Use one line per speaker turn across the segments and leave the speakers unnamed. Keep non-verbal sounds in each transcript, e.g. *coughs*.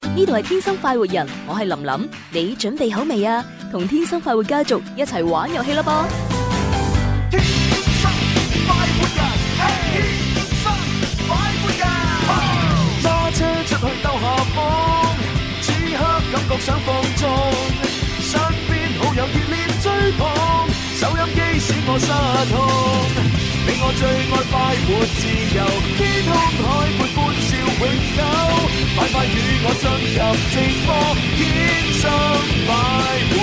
呢度係天生快活人，我係琳琳，你準備好未啊？同天生快活家族一齊玩遊戲啦噃！
揸車出去兜下風，此刻感覺想放縱，身邊好友熱烈追捧，收音機使我失控，你我最愛快活自由，天空海闊歡笑永久，快快與我進入直播，天生快活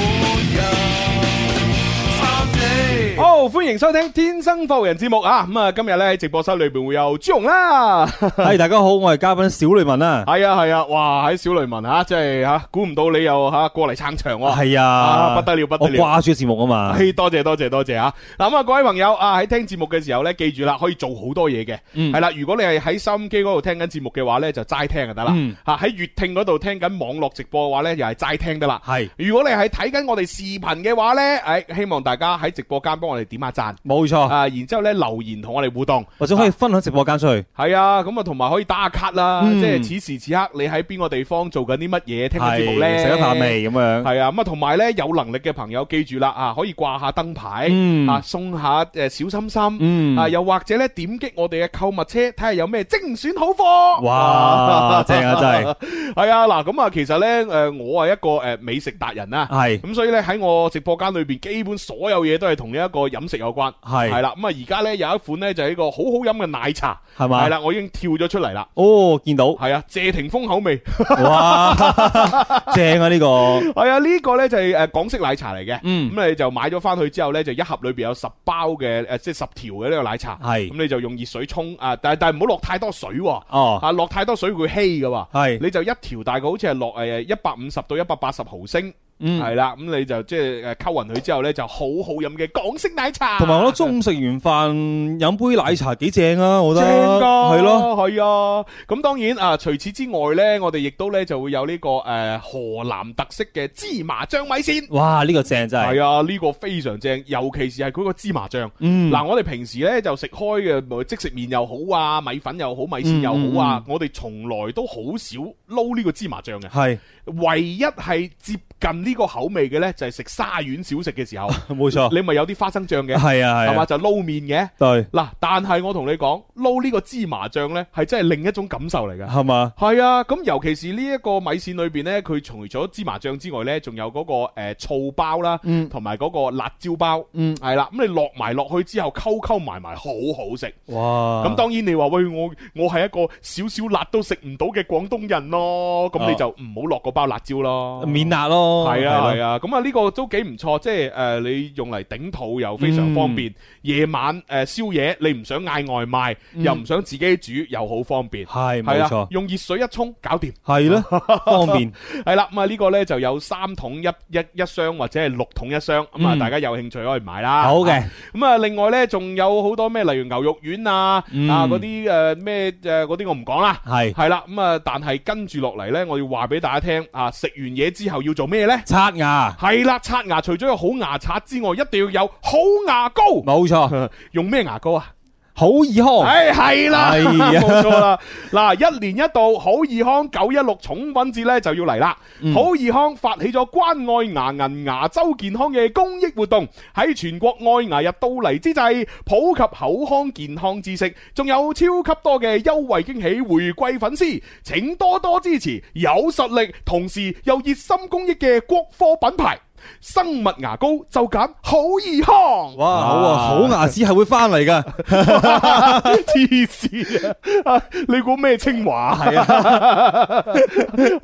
人，三
好，歡迎收聽《天生浮人》節目啊！咁啊，今日咧喺直播室裏邊會有朱紅啦， *laughs*
*laughs* 係大家好，我係嘉賓小雷文啊。
係啊係啊，哇！喺小雷文吓，真係吓，估唔到你又吓過嚟撐場喎，
係
啊
啊，
不得了不得了
我掛住節目啊嘛。
嘿，多謝多謝多謝啊！嗱咁啊，各位朋友啊，喺聽節目嘅時候呢，記住啦，可以做好多嘢嘅，
嗯
係啦。如果你係喺收音機嗰度聽緊節目嘅話呢，就齋聽就得啦
嗯。
嚇喺粵聽嗰度聽緊網絡直播嘅話呢，又係齋聽得啦。
係
如果你係睇緊我哋視頻嘅話呢，誒希望大家喺直播間幫我哋點下讚
冇錯，
啊，然之後呢留言同我哋互動。
或者可以分享直播間出去。
係啊，咁啊同埋可以打下卡啦，
嗯
即係此時此刻你喺邊個地方做緊啲乜嘢，聽緊節目呢？
係食咗飯未咁樣？
系啊，咁啊，同埋咧，有能力嘅朋友記住啦，啊，可以掛下燈牌，
嗯
啊，送下诶小心心，
嗯，
啊，又或者咧點擊我哋嘅購物車，睇下有咩精選好 *laughs* 貨。
哇，正啊，真係
係啊，嗱，咁啊，其實咧，诶，我係一個诶美食達人啊啦，
係
咁所以咧喺我直播間裏边，基本所有嘢都係同呢一個飲食有關。
係
係啦，咁啊，而家咧有一款咧就係一個好好飲嘅奶茶，
係嘛？
係啦，我已經跳咗出嚟啦，
哦，
*laughs*
見到
係啊，謝霆鋒口味，
哇，正啊呢個，
係啊，呢個咧就係诶港式奶茶嚟嘅。
嗯，
咁你就買咗翻去之後呢，就一盒裏邊有十包嘅誒，即係十條嘅呢個奶茶。
係
咁你就用熱水沖啊，但係但係唔好落太多水喎，
哦，
啊落太多水會稀嘅喎。
係，
你就一條大概好似係落誒一百五十到一百八十毫升，
嗯，
係啦，咁你就即係誒溝勻佢之後呢，就好好飲嘅港式奶茶。
同埋我覺得中午食完飯飲杯奶茶幾正啊，我覺
正
得
㗎，
係咯，，
係啊。咁當然啊，除此之外呢，我哋亦都呢就會有呢個誒河南特色嘅芝麻醬米線。
哇呢個正真係，
係啊，呢個非常正，尤其是係佢個芝麻醬。
嗯，
嗱，我哋平時咧就食開嘅咪即食麵又好啊，米粉又好，米
嗯
線又好啊，我哋從來都好少撈呢個芝麻醬嘅。
係
唯一係接近呢個口味嘅呢，就係食沙縣小食嘅
*laughs*
時候，
冇錯，
你咪有啲花生醬嘅，
係啊
係
係
嘛
啊，
就撈面嘅。
對，
嗱，但係我同你講，撈呢個芝麻醬呢，係真係另一種感受嚟㗎。
係嘛，
係啊，咁尤其是呢一個米線裏邊呢，佢除咗芝麻醬之外呢，仲有嗰、個呃醋包啦，
嗯
同埋嗰個辣椒包。
嗯，
系啦，咁你落埋落去之後，溝溝埋埋，好好食。
哇，
咁當然你話喂，我我係一個少少辣都食唔到嘅廣東人咯，咁
啊
你就唔好落嗰包辣椒咯。
免辣咯，
係啊係
啊，
啊，咁啊呢個都幾唔錯，即係诶你用嚟頂肚又非常方便。夜晚诶宵夜你唔想嗌外賣，
嗯
又唔想自己煮，又好方便。
係
係
冇
啊
錯，，
用熱水一沖搞掂。
係咯，方便，
係啦，咁啊呢個呢就有三桶一一一箱或者係六桶一箱，咁啊
嗯
大家有興趣可以買啦。
好嘅，
咁啊，另外咧，仲有好多咩，例如牛肉丸啊，
嗯
啊嗰啲誒咩誒嗰啲，我唔講啦。
係
係啦，咁啊，但係跟住落嚟呢，我要話俾大家聽啊，食完嘢之後要做咩呢？
刷牙，
係啦，刷牙除咗有好牙刷之外，一定要有好牙膏。
冇錯，
用咩牙膏啊？
好易康。
唉，係啦，
哎呀
冇錯啦。嗱，一年一度好易康九一六重品節呢就要嚟啦。
嗯
好易康發起咗關愛牙銀牙周健康嘅公益活動，喺全國愛牙日到嚟之際，普及口腔健康知識，仲有超級多嘅優惠驚喜回饋粉絲，請多多支持有實力同時又熱心公益嘅國貨品牌生物牙膏，就揀好易康。
哇，好
à.
啊，好牙齒係會翻嚟噶，
黐線啊！你估咩清華？係啊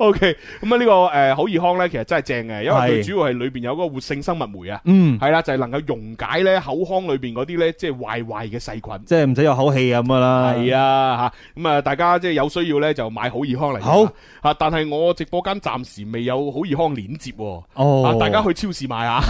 *laughs* ，OK，咁啊呢個誒好易康咧，其實真係正嘅，因為佢
係
主要係裏邊有嗰個活性生物酶啊，
嗯，
係啦，就係能夠溶解咧口腔裏邊嗰啲咧即係壞壞嘅細菌。
即係唔使有口氣咁噶啦，
係啊，吓咁啊！大家即係有需要咧，就買好易康嚟用啦。啊
好
吓，但係我直播間暫時未有好易康鏈接喎，
哦
啊，大家去超市買啊！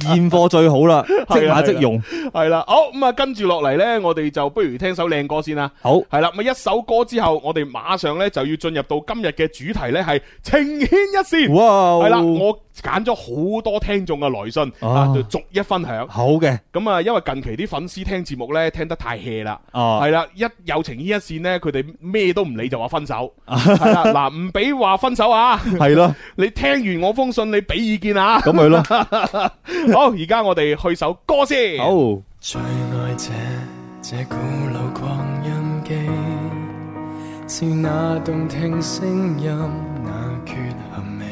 現貨最好啦，即
係啊
買即用。
係啦，好咁啊，跟住落嚟呢，我哋就不如聽首靚歌先啦。
好，
係啦，咁啊一首歌之後，我哋馬上呢就要進入到今日嘅主題呢，係情牽一線。
哇，
係啦，我揀咗好多聽眾嘅來信啊，
啊
就逐一分享。
好嘅，
咁啊，因為近期啲粉絲聽節目呢，聽得太 hea 啦。
哦，
係啦，一有情牽一線呢，佢哋咩都唔理就話分手，係啦，嗱唔俾話分手啊！
係咯，
你聽完我封信，你俾意見啊！
咁咪咯，
好，而家我哋去首歌先。
好。
最愛這這古老擴音機，是那動聽聲音，那缺陷美，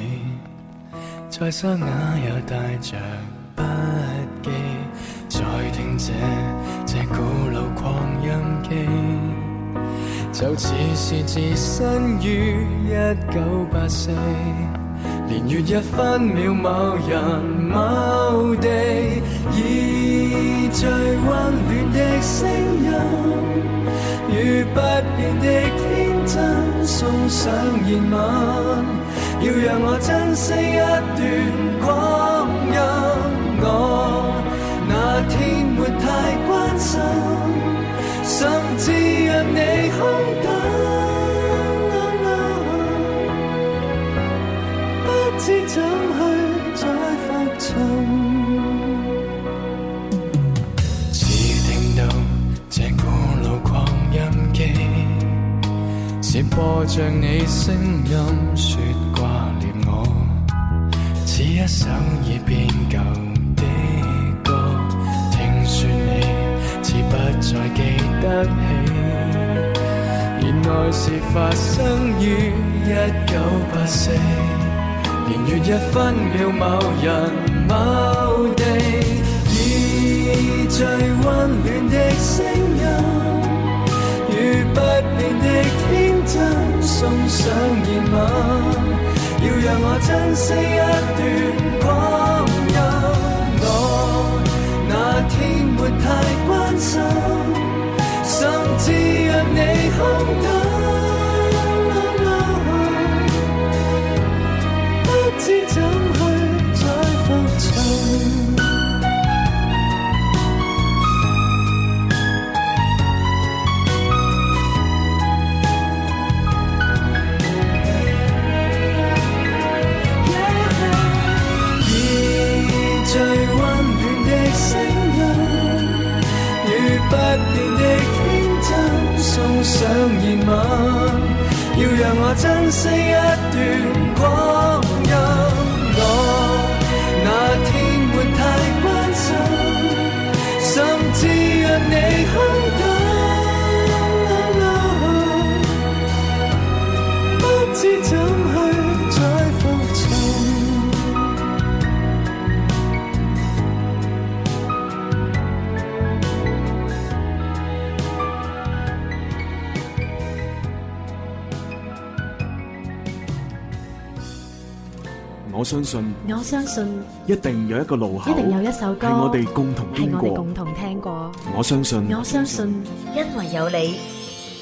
在雙眼也帶着筆記，再聽這這古老擴音機，就似是置身於一九八四。年月一分秒，某人某地，以最溫暖的聲音，與不變的天真送上熱吻。要讓我珍惜一段光陰，我那天沒太關心，甚至讓你空等。不知怎去再復尋。只聽到這古老擴音機，是播着你聲音，說掛念我，似一首已變舊的歌。聽說你似不再記得起。熱愛是發生於一九八四，年月一分秒，某人某地，以最溫暖的聲音，與不變的天真送上熱吻，要讓我珍惜一段光陰。我那天沒太關心。甚至讓你空等，不知怎去再復尋。以最溫暖的聲音。與不變的天真送上熱吻，要讓我珍惜一段光陰。我那天沒太關心，甚至讓你空等，不知怎去再復尋。
我相信
我相信
一定有一個路口，
一定有一首歌
係我哋共同
係
經
我哋
過
共。同聽過，
我相信，
我相信
因为有你，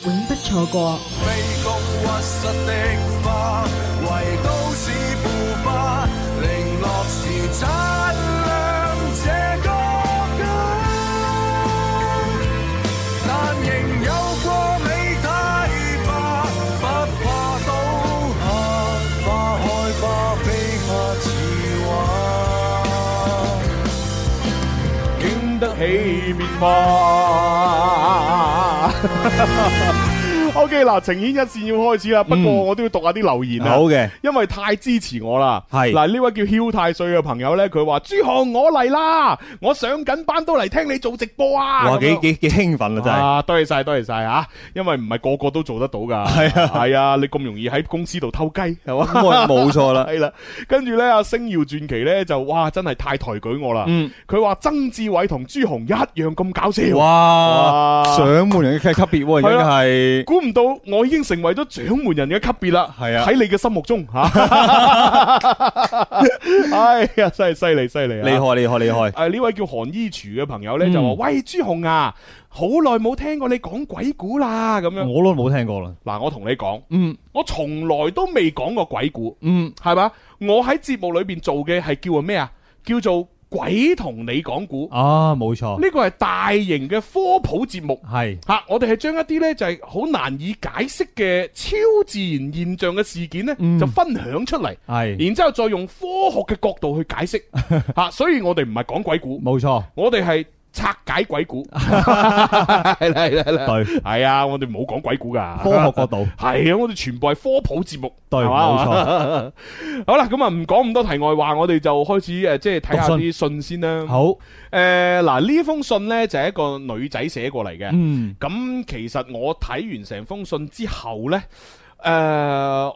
永不错过。
卑躬屈膝的花，為都市腐化，零落時擦亮這個家。但仍有過美太吧，不怕刀下，花開花飛花似畫。
經得起變 *laughs* 化。O K，嗱，情牽一線要開始啦，不過
嗯
我都要讀下啲留言啊
好。嘅，
因為太支持我啦，
係
嗱呢位叫囂太歲嘅朋友呢，佢話朱紅我嚟啦，我上緊班都嚟聽你做直播啊！
哇，
咁樣
幾幾幾興奮啦，
啊，多謝晒，多謝晒啊！因為唔係個個都做得到噶，係啊，係啊，你咁容易喺公司度偷雞係
真係，
嘛？
冇冇錯啦，
係啦，跟住呢，阿星耀傳奇呢，就哇，真係太抬舉我啦！
嗯，
佢話曾志偉同朱紅一樣咁搞笑，
哇，
哇
上門人嘅級別
係
喎，已
啦
經係
估唔唔到我已經成為咗掌門人嘅級別啦。
係啊
喺你嘅心目中
*laughs*
吓，哎呀，真係犀利犀利啊，
厲害厲害厲害！
誒呢位叫韓衣廚嘅朋友呢，
嗯
就話：喂朱紅啊，好耐冇聽過你講鬼故啦咁樣。
我都冇聽過啦。
嗱，我同你講，
嗯
我從來都未講過鬼故，
嗯，
係嘛？我喺節目裏邊做嘅係叫做咩啊？叫做鬼同你講故。
啊，冇錯，
呢個係大型嘅科普節目。
係
吓、我哋係將一啲呢就係好難以解釋嘅超自然現象嘅事件呢，
嗯
就分享出嚟，
係
然之后再用科學嘅角度去
*laughs*
解釋。吓、所以我哋唔係講鬼故。
冇錯，
我哋係拆解鬼故，
*laughs*
係啦係啦係啦，
對
係啊，我哋冇講鬼故噶，
科學角度，
*laughs* 係啊，我哋全部係科普節目，
對
係
冇
嘛
錯。
*laughs* 好啦，咁啊唔講咁多題外話，我哋就開始誒，即係睇下
讀
啲信先啦。
好，
誒嗱，呢封信呢，就係一個女仔寫過嚟嘅。
嗯
咁其實我睇完成封信之後呢。誒、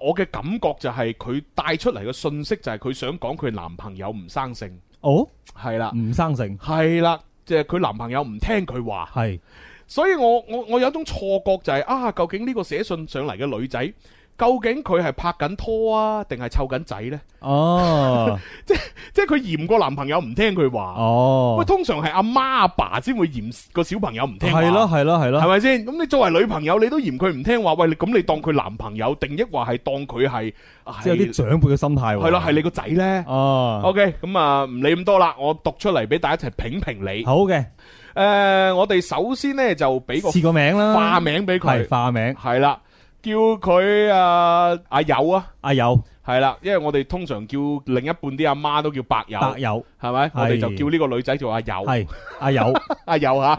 我嘅感覺就係佢帶出嚟嘅信息就係佢想講佢男朋友唔生性，
哦，
係啦，
唔生性，
係啦，即係佢男朋友唔聽佢話，
係
*laughs* 所以我我我有一種錯覺就係、啊，究竟呢個寫信上嚟嘅女仔，究竟佢係拍緊拖啊，定係湊緊仔呢？
哦
即係佢嫌個男朋友唔聽佢話，喂，
哦，
通常係阿媽阿爸先會嫌個小朋友唔聽話。
係咯係咯係
係
咯，
咪先？咁你作為女朋友，你都嫌佢唔聽話，喂，你咁你當佢男朋友，定抑或係當佢係
即係有啲
係
長輩嘅心態喎。
係啦，係你個仔呢
哦，
o k 咁啊，唔理咁多啦，我讀出嚟俾大家一齊評評你。
好嘅，
誒，我哋首先呢，就俾個
試個名啦，
化名俾佢
係。化名，
系啦，叫佢啊阿友啊，
阿友
系啦，因為我哋通常叫另一半啲阿媽都叫白友，
白友
係咪？我哋就
係
叫呢個女仔做阿友，
係阿
*laughs*
友，
阿友
*laughs*
吓。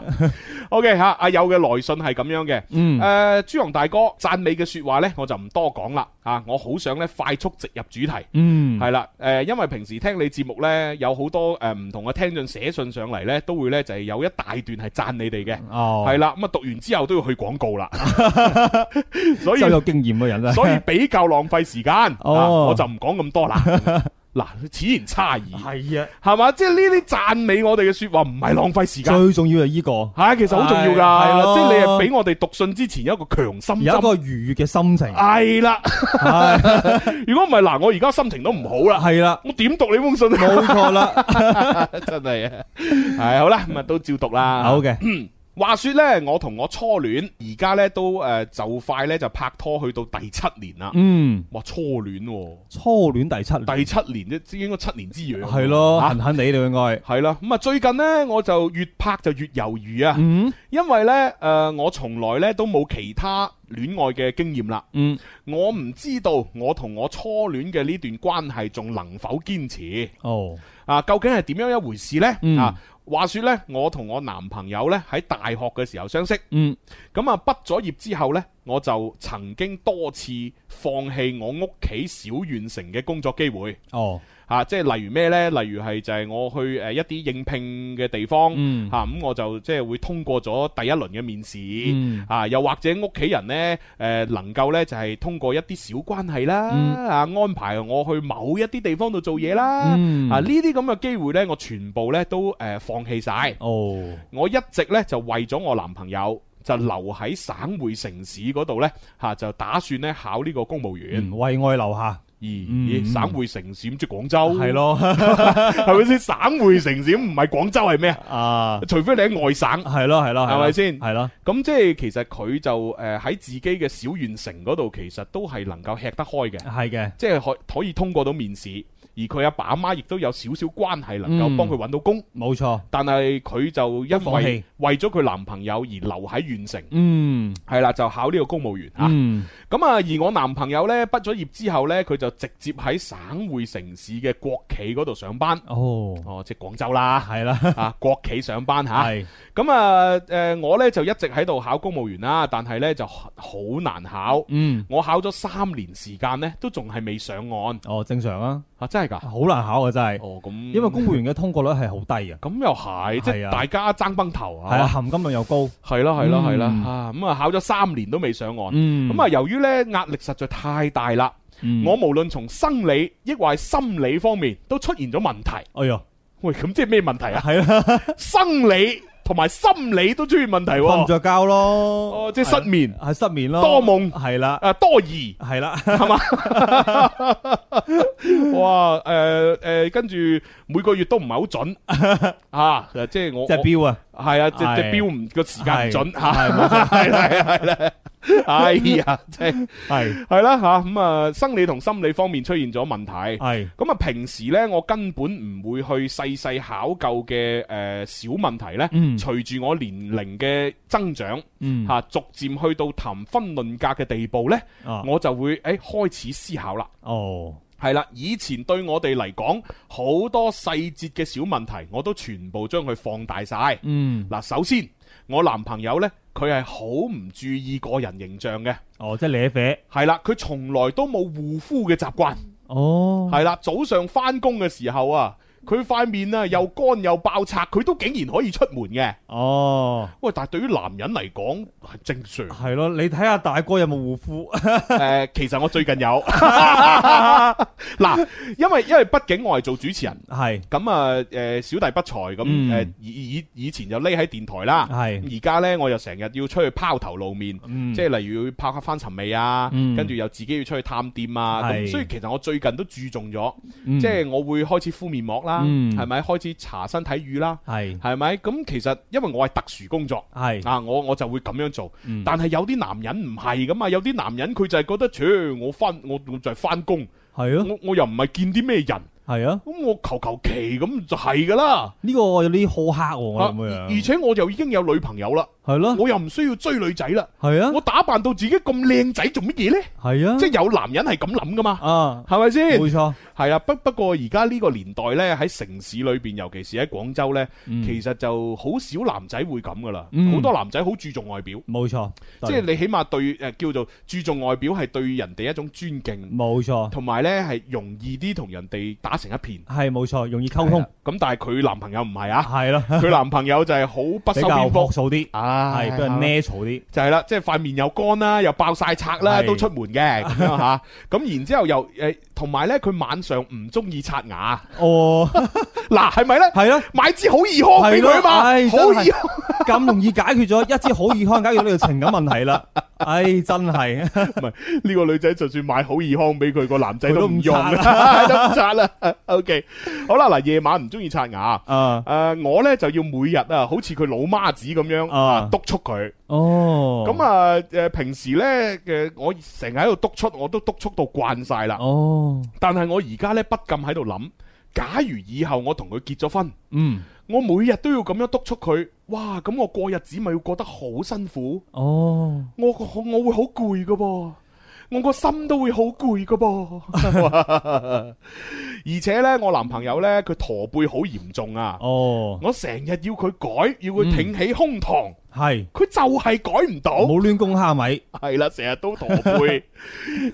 OK 吓，阿友嘅來信係咁樣嘅。
嗯
诶、呃朱紅大哥讚美嘅说話呢，我就唔多講啦。啊，我好想呢快速直入主題。
嗯
係啦，诶、因為平時聽你節目呢，有好多诶唔、同嘅聽眾寫信上嚟呢，都會呢就係有一大段係讚你哋嘅。
哦，
係啦，咁啊讀完之後都要去廣
*laughs*
告啦，所以
真係有經驗嘅人啦，
*laughs* 所以比較浪費時間，
哦
啊我就唔講咁多啦。
*laughs*
嗱，此言差矣，
係啊，
係嘛？即係呢啲讚美我哋嘅说話，唔係浪費時間，
最重要係依個。
係啊其實好重要
係係
㗎。
咯
即係你係俾我哋讀信之前有一個強心
有一
針，
個愉悅嘅心情，
係啦。
係
*laughs* 如果唔係嗱，我而家心情都唔好啦，
係啦，
我點讀你封信？
冇錯啦，
真係啊，係好 *laughs* 啦，咁 *laughs* 啊都照讀啦。
好嘅，
話說呢，我同我初戀而家呢都诶就快呢就拍拖去到第七年啦。
嗯，
哇，初戀喎，
初戀第七年，
第七年即應該七年之癢。
係咯，
啊
痕痕你哋應該，
系啦，咁啊最近呢，我就越拍就越猶豫啊，
嗯
因為呢，诶、我從來呢都冇其他戀愛嘅經驗啦，
嗯，
我唔知道我同我初戀嘅呢段關係仲能否堅持
哦，
啊？究竟係點樣一回事呢？
嗯
啊，話說呢，我同我男朋友呢喺大學嘅時候相識，
嗯，
咁啊畢咗業之後呢，我就曾經多次放棄我屋企小縣城嘅工作機會。
哦，
啊，即係例如咩呢？例如係就係我去誒一啲應聘嘅地方，嚇咁、
嗯
我就即係會通過咗第一輪嘅面試，
嗯
啊又或者屋企人呢，誒、能夠呢就係、通過一啲小關係啦，
嗯
啊安排我去某一啲地方度做嘢啦，
嗯
啊呢啲咁嘅機會呢，我全部呢都誒、呃放棄晒。
哦，
我一直呢就為咗我男朋友。就留喺省會城市嗰度呢，嚇、就打算呢考呢個公務員。
嗯為愛留下，
咦、
嗯
咦省會城市咁即係廣州，
係咯，
*laughs* 系咪先？省會城市咁唔係廣州係咩啊？
啊，
除非你喺外省，
係咯係咯，
係咪先
係咯，
咁即係其實佢就诶喺自己嘅小縣城嗰度，其實都係能夠吃得開嘅，
係嘅，
即係可可以通過到面試，而佢阿爸阿媽亦都有少少關係，能夠
嗯
幫佢揾到工。
冇錯，
但係佢就因
放
為
棄
為咗佢男朋友而留喺縣城，
嗯
係啦就考呢個公務員啊。
嗯，
咁啊，而我男朋友呢，畢咗業之後呢，佢就直接喺省會城市嘅國企嗰度上班。
哦，
哦，即係廣州啦，
係啦，
啊國企上班吓。
係，
咁啊，誒、我呢就一直喺度考公務員啦，但係呢就好難考。
嗯，
我考咗三年時間呢，都仲係未上岸
哦，正常啊，
啊！真係㗎？
好難考啊真係，
哦，咁
因為公務員嘅通過率係好低嘅，
咁又係，即
係
係
啊
大家爭崩頭
係啊，
啊！
含金量又高，
係啦，係啦，係啦
嗯
啊！咁啊，考咗三年都未上岸。
嗯，
咁啊，，由於呢壓力實在太大啦，我，無論從生理抑或係心理方面都出現咗問題。
哎呀， *laughs*
喂，咁即係咩問題啊？
係啦，
生理同埋心理都出現問題
瞓唔
喎。
着覺咯，
哦即係失眠
係啊失眠咯，
多夢
係啦，
啊，多疑
係啦，
係嘛？ *laughs* 哇！誒誒，跟住每個月都唔係好準
*laughs*
啊，即係我
隻錶啊，
我係啊，隻隻
係
標唔個時間唔準
係
嚇，
係冇
*laughs*
錯
係啦係啦係啦，哎呀， *laughs* 真係
係
係啦嚇，咁啊生理同心理方面出現咗問題。
係
咁啊，平時呢，我根本唔會去細細考究嘅誒、呃小問題呢，
嗯
隨住我年齡嘅增長嚇、
嗯
啊逐漸去到談分論價嘅地步呢，
啊
我就會誒、欸、開始思考啦。
哦
係啦，以前對我哋嚟講，好多細節嘅小問題，我都全部將佢放大晒。
嗯
嗱，首先我男朋友呢，佢係好唔注意個人形象嘅，
哦即係咧啡
係啦，佢從來都冇護膚嘅習慣。
哦
系啦，早上翻工嘅時候啊，佢塊面啊又乾又爆拆，佢都竟然可以出門嘅。
哦。
喂，但係對於男人嚟講係正常
*laughs* 係咯，你睇下大哥有冇護 *laughs* 膚
诶、其實我最近有 *laughs* 嗱，因為因为毕竟我係做主持人，
係
咁啊诶小弟不才咁
嗯
诶以以以前就匿喺電台啦，
係
而家呢，我又成日要出去拋頭露面。
嗯
即係例如要拍下翻尋味啊，
嗯
跟住又自己要出去探店啊，咁
係
所以其實我最近都注重咗，
嗯
即係我會開始敷面膜啦，
嗯
係咪、開始搽身體乳啦，
係
係咪？咁其實因為我係特殊工作。
係
啊！我我就會咁樣做，
嗯
但係有啲男人唔係噶嘛，有啲男人佢就係覺得，切我翻我我就係翻工，
係咯
我我又唔係見啲咩人，咁
係啊，
我求求其咁就係噶啦。
呢個我有啲好客喎，我
啊
咁
而
樣
而且我又已經有女朋友啦，
係咯
我又唔需要追女仔啦，
係啊
我打扮到自己咁靚仔做乜嘢呢？
係啊
即係有男人係咁諗噶嘛，
啊
係咪先？
冇錯
係啊，不不過而家呢個年代呢，喺城市裏邊，尤其是喺廣州呢，
嗯
其實就好少男仔會咁噶啦。好、
嗯
多男仔好注重外表，
冇錯，
即係你起碼對誒、呃叫做注重外表係對人哋一種尊敬，
冇錯。
同埋呢係容易啲同人哋打成一片。
係冇錯，容易溝通，
咁但係佢男朋友唔係啊，
係咯，
*laughs* 佢男朋友就係好不
比
修
較
邊
樸
幅，
素啲，
唉
係比較 natural 啲，
就係啦，即係塊面又乾啦，又爆晒拆啦，
*laughs* 係
都出門嘅咁樣嚇。咁然之後又誒，同埋呢，佢晚上唔中意刷牙， *laughs*
哦，
嗱係咪呢？
係咯，
買支好易康俾佢啊嘛，
係咯
好
唉
易
真
康。
咁容易解決咗一支好易康解決呢個情感問題啦，唉，真係，
呢個女仔就算買好易康俾佢，個男仔都唔用
佢都唔
啦， *laughs* 都唔刷啦。OK，好啦，嗱，夜晚唔中意刷牙。
啊，
诶、我呢就要每日啊，好似佢老媽子咁樣啊
啊，
督促佢。
哦，
咁，啊，诶、平時呢，嘅我成日喺度督促，我都督促到慣晒啦。
哦，
但係我而家呢，不禁喺度諗，假如以後我同佢結咗婚，
嗯，
我每日都要咁樣督促佢，哇！咁我過日子咪要過得好辛苦。
哦，
我我我会好攰噶噃，我個心都會好攰噶噃。 *laughs* 而且呢，我男朋友呢，佢駝背好嚴重啊！
哦，
我成日要佢改，要佢挺起胸膛，
係，
佢就係改唔到。
冇亂攻蝦米，
*laughs* 係啦，成日都駝背。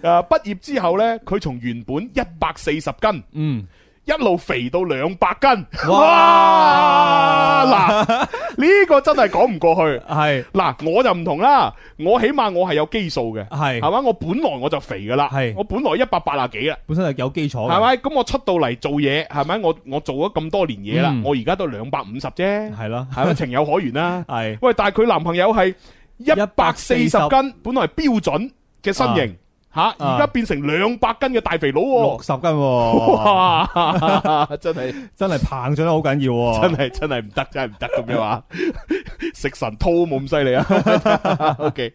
诶，毕业之後呢，佢從原本一百四十斤
嗯，
一路肥到兩百斤。哇！
哇
嗱，呢個真係講唔過去。
係，
嗱，我就唔同啦，我起碼我係有基數嘅。系
係，
嘛？我本來我就肥噶啦
係，
我本來一百八啊幾啦，
本身係有基礎
係
嘅，
咪？咁我出到嚟做嘢，係咪？我我做咗咁多年嘢啦
嗯，
我而家都兩百五十啫，
係啦，
係咪？情有可原啦。
係，
喂，但係佢男朋友係一百四十斤，本來係標準嘅身形，吓而家變成兩百斤嘅大肥佬
六
喎。
十斤喎，
哇！真係
真係膨脹得好緊要喎，
真係真係唔得，真係唔得咁樣啊！食神饕冇咁犀利啊 *laughs* ！OK，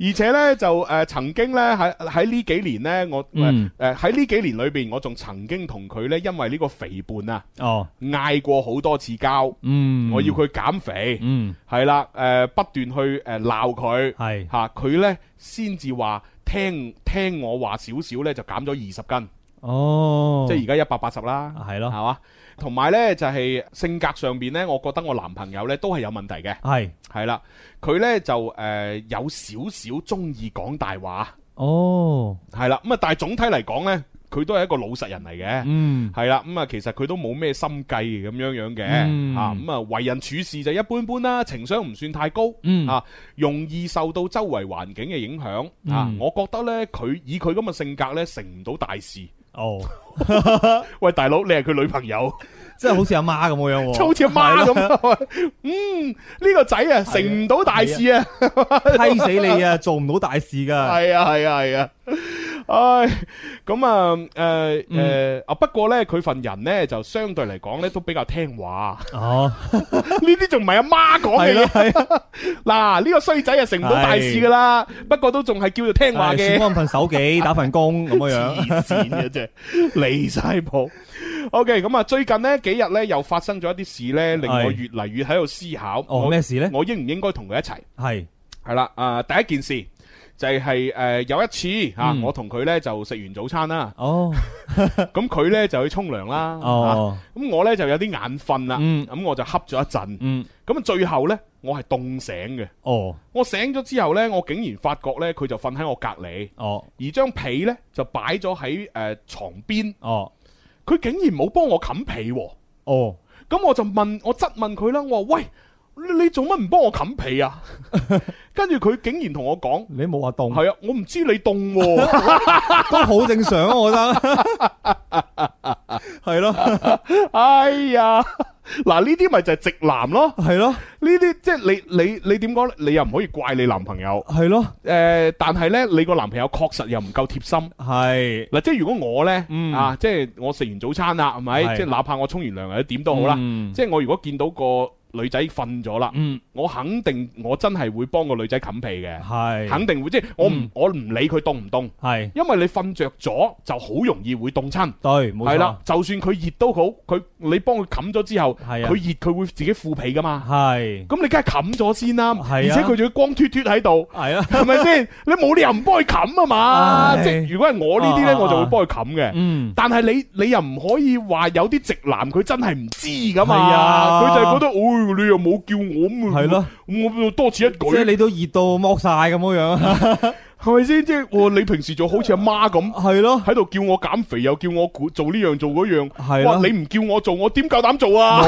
而且呢，就诶、呃曾經呢，喺喺呢幾年呢，我
嗯
诶喺呢幾年裏边，我仲曾經同佢呢，因為呢個肥胖啊，
哦，
嗌過好多次交，
嗯，
我要，佢減肥，
嗯，
係啦、呃不斷去诶闹佢，
係，
吓佢、呢先至話聽聽我話少少呢，就減咗二十斤，
哦，
即係而家一百八十啦。
係
係
咯，
嘛？同埋呢，就係、性格上邊呢，我覺得我男朋友呢都係有問題嘅，
係，
係啦，佢呢就誒、呃有少少中意講大話，
哦，
係啦，咁啊，但係總體嚟講呢，佢都係一個老實人嚟嘅。
嗯。
係啦，咁啊，其實佢都冇咩心計咁樣樣嘅，
嗯
啊，咁啊，為人處事就一般般啦，情商唔算太高，
嗯
啊，容易受到周圍環境嘅影響，啊，
嗯
我覺得呢，佢以佢咁嘅性格呢，成唔到大事，
哦，
喂，大佬，你係佢女朋友，
即係好似阿媽咁
*laughs*
樣
就好
喎，
似阿媽咁。 *laughs* 嗯，呢個仔啊，成唔到大事啊！
批死你啊，做唔到大事
*laughs*
㗎。
係啊，係啊，係啊。唉，咁啊，
嗯
誒誒啊，不過呢，佢份人呢，就相對嚟講呢，都比較聽話。 *laughs*
哦，
呢啲仲唔係阿媽講
係
嘅
咯
嘢。
係啊，
嗱，呢個衰仔啊，成唔到大事噶啦，不過都仲係叫做聽話
係
嘅
先。安份手
*laughs*
機，打份工咁樣樣。
黐線嘅 *laughs* 啫，離晒譜。OK，咁啊，最近呢幾日呢，又發生咗一啲事呢，令我
係
越嚟越喺度思考，
哦，
我
咩事咧？
我應唔應該同佢一齊？
係
係啦，啊、第一件事就係、誒、有一次嚇、啊
嗯
我同佢呢就食完早餐 *laughs* 啦，
哦
咁佢呢就去沖涼啦，啊咁、
哦，
我呢就有啲眼瞓啦，
嗯
咁、我就恰咗一陣，
嗯
咁最後呢，我係凍醒嘅。
哦
我醒咗之後呢，我竟然發覺呢，佢就瞓喺我隔離，
哦
而張被呢就擺咗喺誒床邊。
哦
佢竟然冇幫我冚被喎，
哦，
咁我就問我質問佢啦，我話喂，你你做乜唔幫我冚被啊？ *laughs* 跟住佢竟然同我講，
你冇話凍，
係啊，我唔知你凍喎，
*laughs* 都好正常啊，
*laughs*
我覺得。係咯，
哎呀，嗱呢啲咪就係直男咯，
係咯，
呢啲即係你你你點講呢？你又唔可以怪你男朋友，
係咯，
誒、但係呢，你個男朋友確實又唔夠貼心。
係。
嗱，即係如果我呢，
嗯
啊，即係我食完早餐啦，係咪？
係
即係哪怕我沖完涼或者點都好啦，
嗯
即係我如果見到個女仔瞓咗啦，
嗯，
我肯定我真係會幫個女仔冚被嘅，
係，
肯定會，即係我唔
嗯
我唔理佢凍唔凍，
係
因為你瞓着咗就好容易會凍親。
對，冇
係啦
錯，，
就算佢熱都好，佢你幫佢冚咗之後，
係
佢
啊
熱佢會自己敷被噶嘛，
係
咁你梗係冚咗先啦，
係啊
而且佢仲要光脱脱喺度。
係啊，
係咪先？你冇理由唔幫佢冚啊嘛！
唉
即係如果係我呢啲呢，
啊
我就會幫佢冚嘅。
嗯，
但係你你又唔可以話有啲直男佢真係唔知噶嘛？
係啊
佢就係覺得，哦，你又冇叫我咁，
係咯，
我多此一
即
舉
係。你都熱到剝晒咁樣
嗯
樣，
係咪先？即係我你平時就好似阿媽咁，
係咯，
喺度叫我減肥，又叫我估做呢樣做嗰樣。
係
哇！
咯，
你唔叫我做，我點夠膽做啊？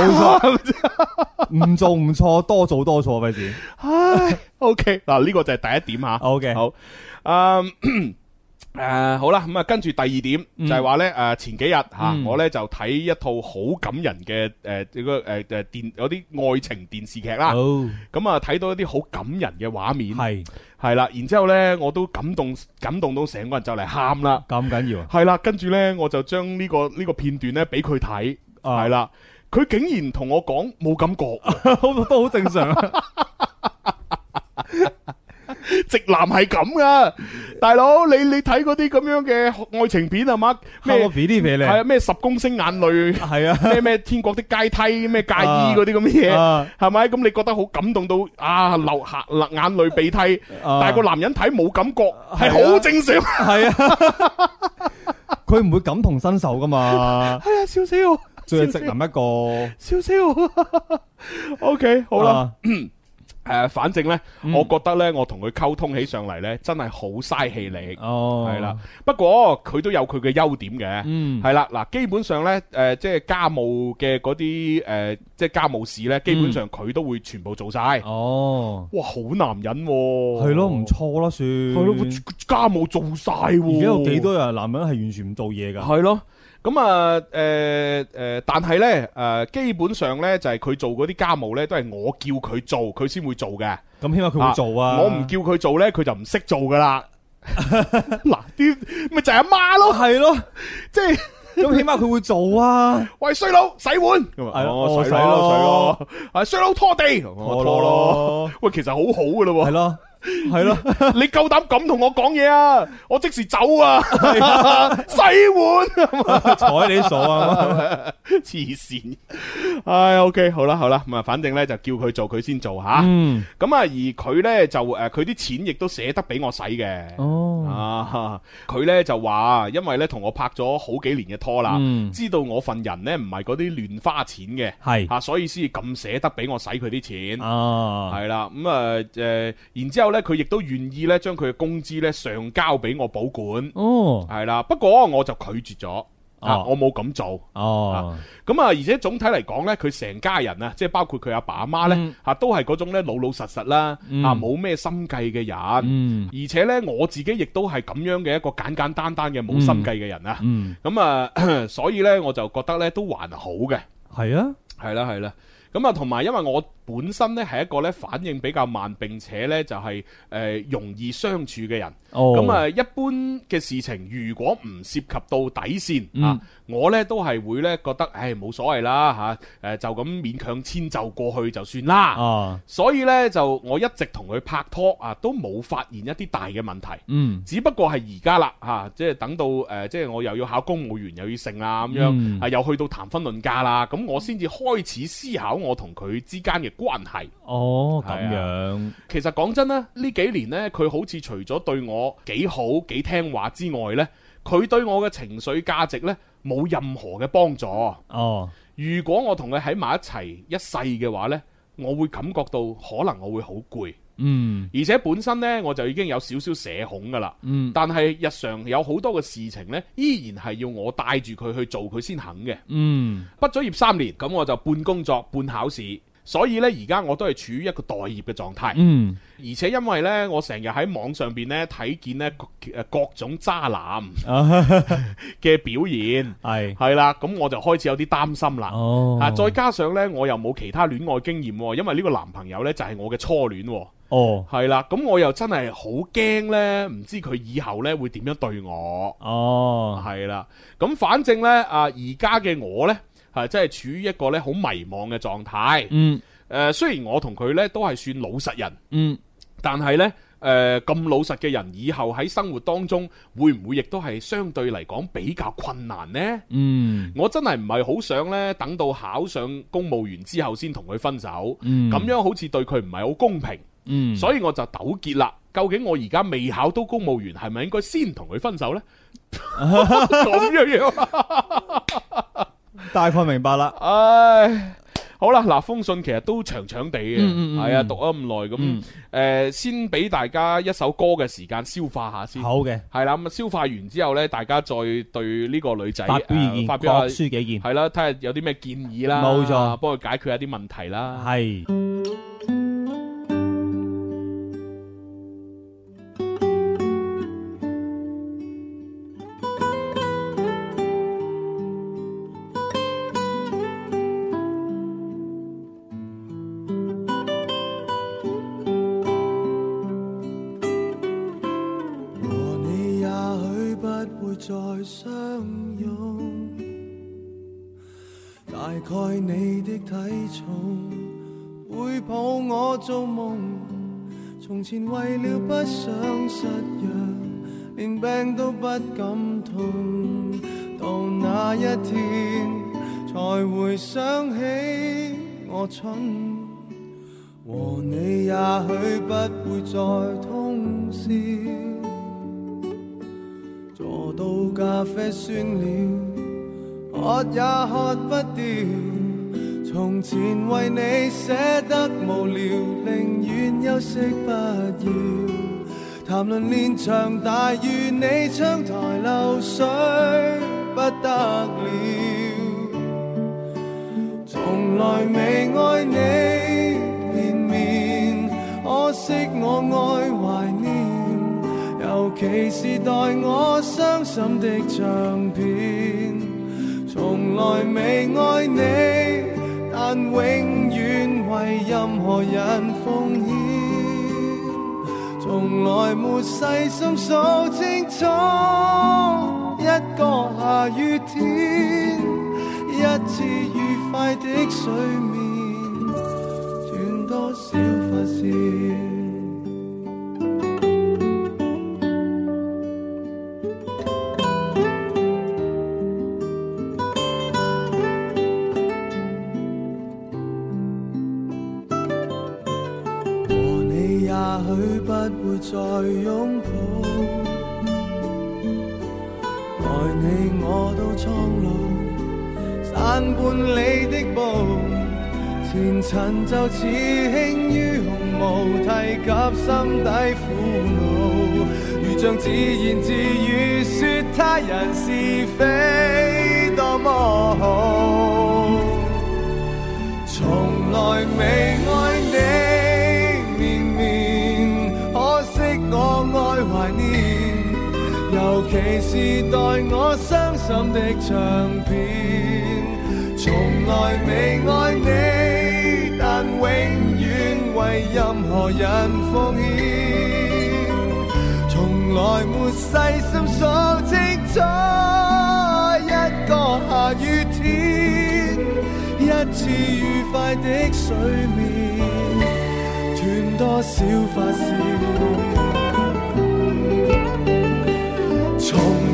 唔做唔錯，多做多錯費事。
*laughs* 唉，OK，嗱呢個就係第一點啊吓。
OK，
好，誒 *coughs* 誒好啦，咁啊，跟住第二點就
嗯
係話咧，誒前幾日吓
嗯，
我咧就睇一套好感人嘅誒呢個誒誒電有啲愛情電視劇啦，
好，
咁啊睇到一啲好感人嘅畫面，
係
係啦，然之後咧我都感動感動到成個人就嚟喊啦。
咁緊要啊
係啦，跟住呢，我就將呢、個呢、個片段呢俾佢睇，
啊
係啦、佢竟然同我講冇感覺， *laughs*
好，都好正常。
啊
*laughs*
直男係咁噶，大佬你你睇嗰啲咁樣嘅愛情片係嘛？
咩
咩
我俾啲俾你，
係啊？咩十公升眼
*laughs*
淚，
係啊，
咩咩天國的階梯，咩嫁衣嗰啲咁嘅嘢。
啊
係咪？咁你覺得好感動到啊流下眼淚鼻涕，
啊
但係個男人睇冇感覺，係好正常。 *laughs*
係啊，佢唔會感同身受
*laughs*
噶嘛，
哎呀，笑死我，
最係直男一個。
笑死我。OK，好 *laughs* 啦。
啊，嗯
誒、反正呢，我覺得呢，我同佢溝通起上嚟呢，真係好嘥氣力，
哦，
係啦，。不過佢都有佢嘅優點嘅，
嗯，
係啦。嗱，基本上呢，誒、即係家務嘅嗰啲誒，即係家務事呢，基
嗯
本上佢都會全部做晒。
哦，
哇，好男人喎、
係咯，唔錯咯，算。
哦係咯，家務做晒喎、
而家有幾多人男人係完全唔做嘢㗎？
係咯。咁啊，誒、誒、但係呢，誒、基本上呢，就係、佢做嗰啲家務呢，都係我叫佢做，佢先會做嘅。
咁起碼佢會做啊！
我唔叫佢做呢，佢就唔識做噶
*laughs*
啦。嗱，啲咪就係阿媽咯，
係咯，
即係
咁起碼佢會做啊！
喂衰佬洗碗，咁啊
係咯
哦洗
我
咯洗
洗咯
咯，啊衰佬拖地，我拖咯。，喂，其實好好噶咯
係咯，係咯，
喎，你夠膽咁同我講嘢啊？我即時走啊！ *laughs* 洗碗，
睬你傻啊！
*laughs* 黐線。唉，OK，好啦好啦，咁啊，反正呢，就叫佢做，佢先做吓。
嗯，
咁啊，而佢呢，就誒，佢啲錢亦都捨得俾我使嘅。
哦，
啊！佢呢就話，因為呢同我拍咗好幾年嘅拖啦，
嗯
知道我份人呢唔係嗰啲亂花錢嘅，
係
啊，所以先至咁捨得俾我使佢啲錢。
啊，
係啦，咁啊誒，然之後咧，佢亦都願意呢將佢嘅工資呢上交俾我保管，
哦，
係啦。不過我就拒絕咗，啊，
哦
我冇咁做。
哦，
咁啊，而且總體嚟講呢，佢成家人啊，即係包括佢阿爸阿媽呢
嗯，
嚇都係嗰種咧老老實實啦，
嗯
啊冇咩心計嘅人。
嗯
而且呢，我自己亦都係咁樣嘅一個簡簡單單嘅冇心計嘅人啊。
嗯，
咁啊， *coughs* 所以呢，我就覺得呢都還好嘅，
系啊，
係啦係啦。咁啊，同埋因為我本身呢係一個呢反應比較慢，並且呢就係誒容易相處嘅人。
哦，
咁啊，一般嘅事情如果唔涉及到底線啊
嗯，
我呢都係會呢覺得，唉冇所謂啦嚇，誒就咁勉強遷就過去就算啦。
啊，
所以呢，就我一直同佢拍拖啊，都冇發現一啲大嘅問題。
嗯，
只不過係而家啦嚇，即係等到誒、呃即係我又要考公務員，又要成啊咁樣，
嗯
啊又去到談婚論嫁啦，咁我先至開始思考我同佢之間嘅關係。
哦，咁
係
样，
其實講真啦，呢幾年呢，佢好似除咗對我幾好、幾聽話之外呢，佢對我嘅情緒價值呢，冇任何嘅幫助。
哦，
如果我同佢喺埋一齊一世嘅話呢，我會感覺到可能我會好攰，
嗯， *laughs*
而且本身呢，我就已經有少少社恐噶啦。
嗯，
但係日常有好多嘅事情呢，依然係要我帶住佢去做，佢先肯嘅。
嗯，
畢咗業三年，咁我就半工作半考試，所以呢，而家我都係處於一個待業嘅狀態。
嗯，
而且因為呢，我成日喺網上邊呢睇見呢各誒各種渣男嘅表現，
系，
係啦，咁我就開始有啲擔心啦。
哦，
啊！再加上呢，我又冇其他戀愛經驗喎，因為呢個男朋友呢就係我嘅初戀喎，
哦，
係啦，咁我又真係好驚呢，唔知佢以後呢會點樣對我。
哦，
係啦，咁反正呢，啊，而家嘅我呢，係真係處於一個呢好迷茫嘅狀態。誒、
嗯，
雖然我同佢呢都係算老實人，
嗯，
但係呢，誒咁老實嘅人，以後喺生活當中會唔會亦都係相對嚟講比較困難呢？
嗯，
我真係唔係好想呢，等到考上公務員之後先同佢分手，
嗯，
咁、，樣好似對佢唔係好公平，
嗯，
所以我就糾結啦。究竟我而家未考到公務員，係咪應該先同佢分手
*laughs*
呢？咁樣樣。
大概明白啦。
唉，好啦，嗱，封信其實都長長地嘅，係、
嗯嗯嗯
啊，讀咗咁耐咁，誒、呃
嗯
先俾大家一首歌嘅時間消化下先。
好嘅，
係啦，咁啊消化完之後呢，大家再對呢個女仔
發表意
呃
見，
發表
各
下
抒己見，
係啦，睇下有啲咩建議啦，
冇錯
啊幫佢解決一啲問題啦。
係
和你也許不會再相擁，大概你的體重會抱我做夢。從前為了不想失約，連病都不敢痛，到那一天才會想起我蠢。和你也許不會再通宵，坐到咖啡酸了，喝也喝不掉。從前為你寫得無聊，寧願休息不要。談論連場大雨，你窗台漏水不得了。從來未愛你連綿，可惜我愛懷念，尤其是待我傷心的唱片。從來未愛你，但永遠為任何人奉獻。從來沒細心數清楚一個下雨天。一次愉快的睡眠，斷多少髮線。和你也許不會再擁抱，愛你我都蒼老。散伴你的步，前塵就似輕於鴻毛，提及心底苦惱，如像自言自語說他人是非。
麼好？從來未愛你面面，可惜我愛懷念，尤其是代我傷心的唱片。從來未愛你，但永遠為任何人奉獻。從來沒細心數清楚一個下雨天，一次愉快的水面，斷多少發線。從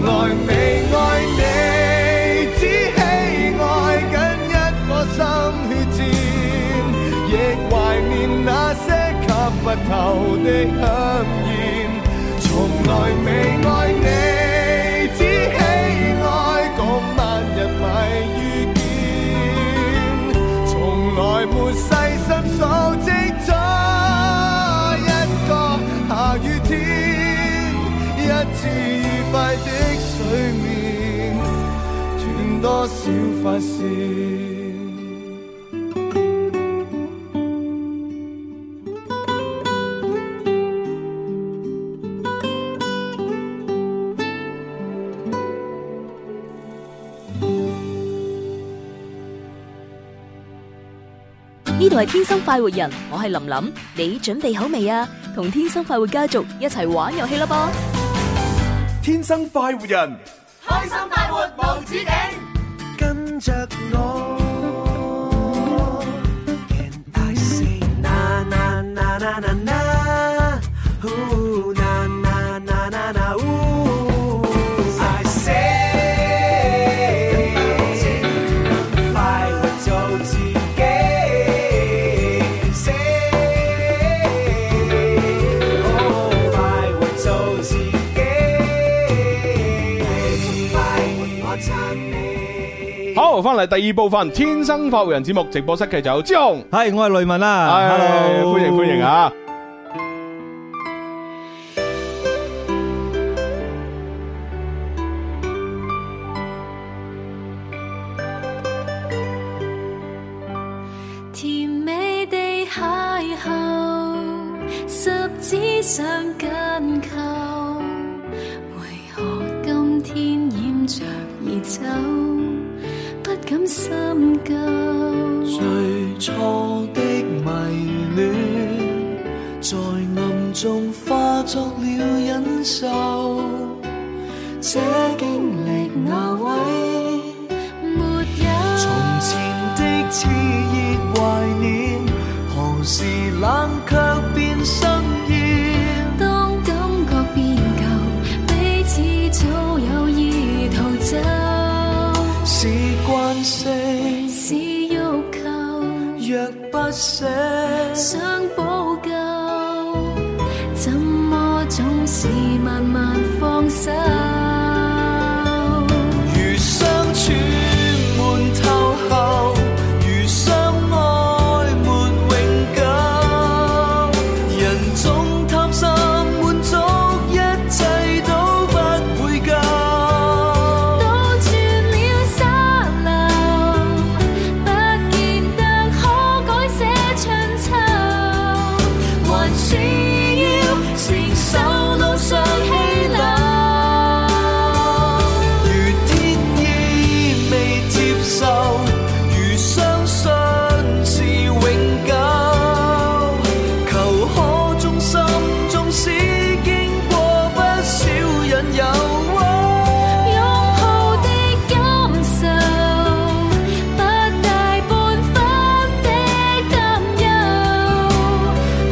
來未愛你，只喜愛緊一顆心血戰。亦懷念那些吸不透的香煙，從來未愛你，只喜愛共萬人迷遇見，從來沒細心數清楚一個下雨天，一次愉快的水面，斷多少髮線。
呢度係天生快活人，我係林林，你準備好未啊？同天生快活家族一齊玩遊戲啦噃！
天生快活人，
开心快活无止境，
跟着我。Can I say na na na na na na? Ooh, na na na na na ooh. I say，快活做自己。Say，哦，快活做自己。快活我撐你。
好，翻嚟第二部分《天生發育人》節目直播室嘅就有朱紅，
系我系雷文啦
係
啊，hello，
歡迎歡迎！啊！
甜美地邂逅，十指相緊扣，為何今天掩着而走，不敢深究。
最初的迷戀，在暗中化作了忍受。這經歷那位，
沒有
從前的熾熱懷念，何時冷卻變生厭？
當感覺變舊，彼此早有意逃走，
是慣性，
是欲求。
若不捨，
想補救，怎麼總是慢慢放手？
如相處悶透後，如相愛沒永久。人總貪心滿足，一切都不會夠。
倒轉了沙漏，不見得可改寫春秋，還是要承受路上氣流。
如天意未接受，如相信是永久，求可忠心，縱使經過不少引誘。
擁抱的感受，不帶半分的擔憂。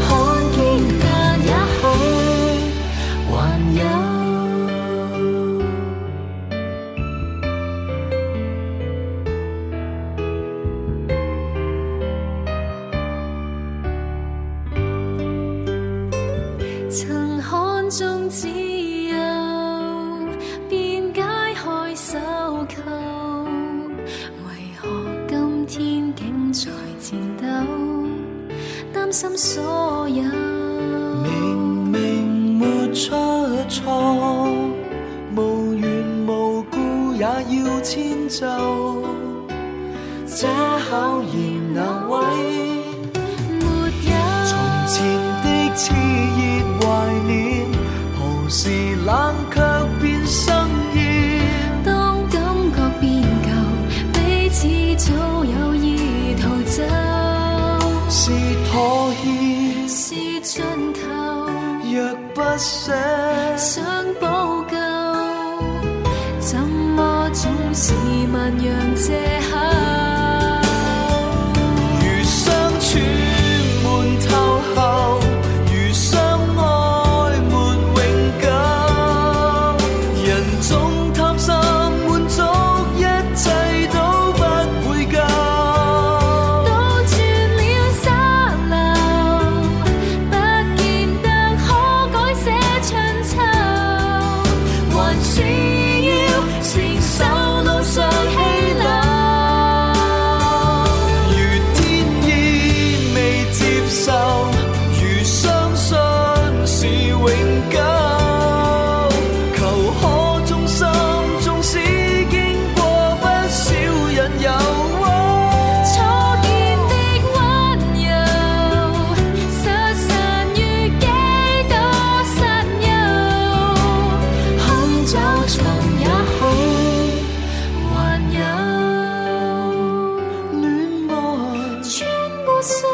看見但也許還有。曾看中自由，便解開手扣，為何今天竟在戰鬥？擔心所有，
明明沒出錯，無緣無故也要遷就，這考驗那位？
沒有
從前的熾熱懷念，何時冷卻變生厭？
當感覺變舊，彼此早有意逃走，
是妥協，
是盡頭。
若不捨，
想補救，怎麼總是萬樣借口？
如相處悶透後，如相愛沒永久。人總貪心滿足，一切都不會夠。
倒轉了沙漏，不見得可改寫春秋，還是要承受路上氣流。
如天意未接受，如相信是永久，求可忠心，縱使經過不少人誘惑。
初見的溫柔，失散於幾多室友。肯走長也許還有
戀愛
穿過歲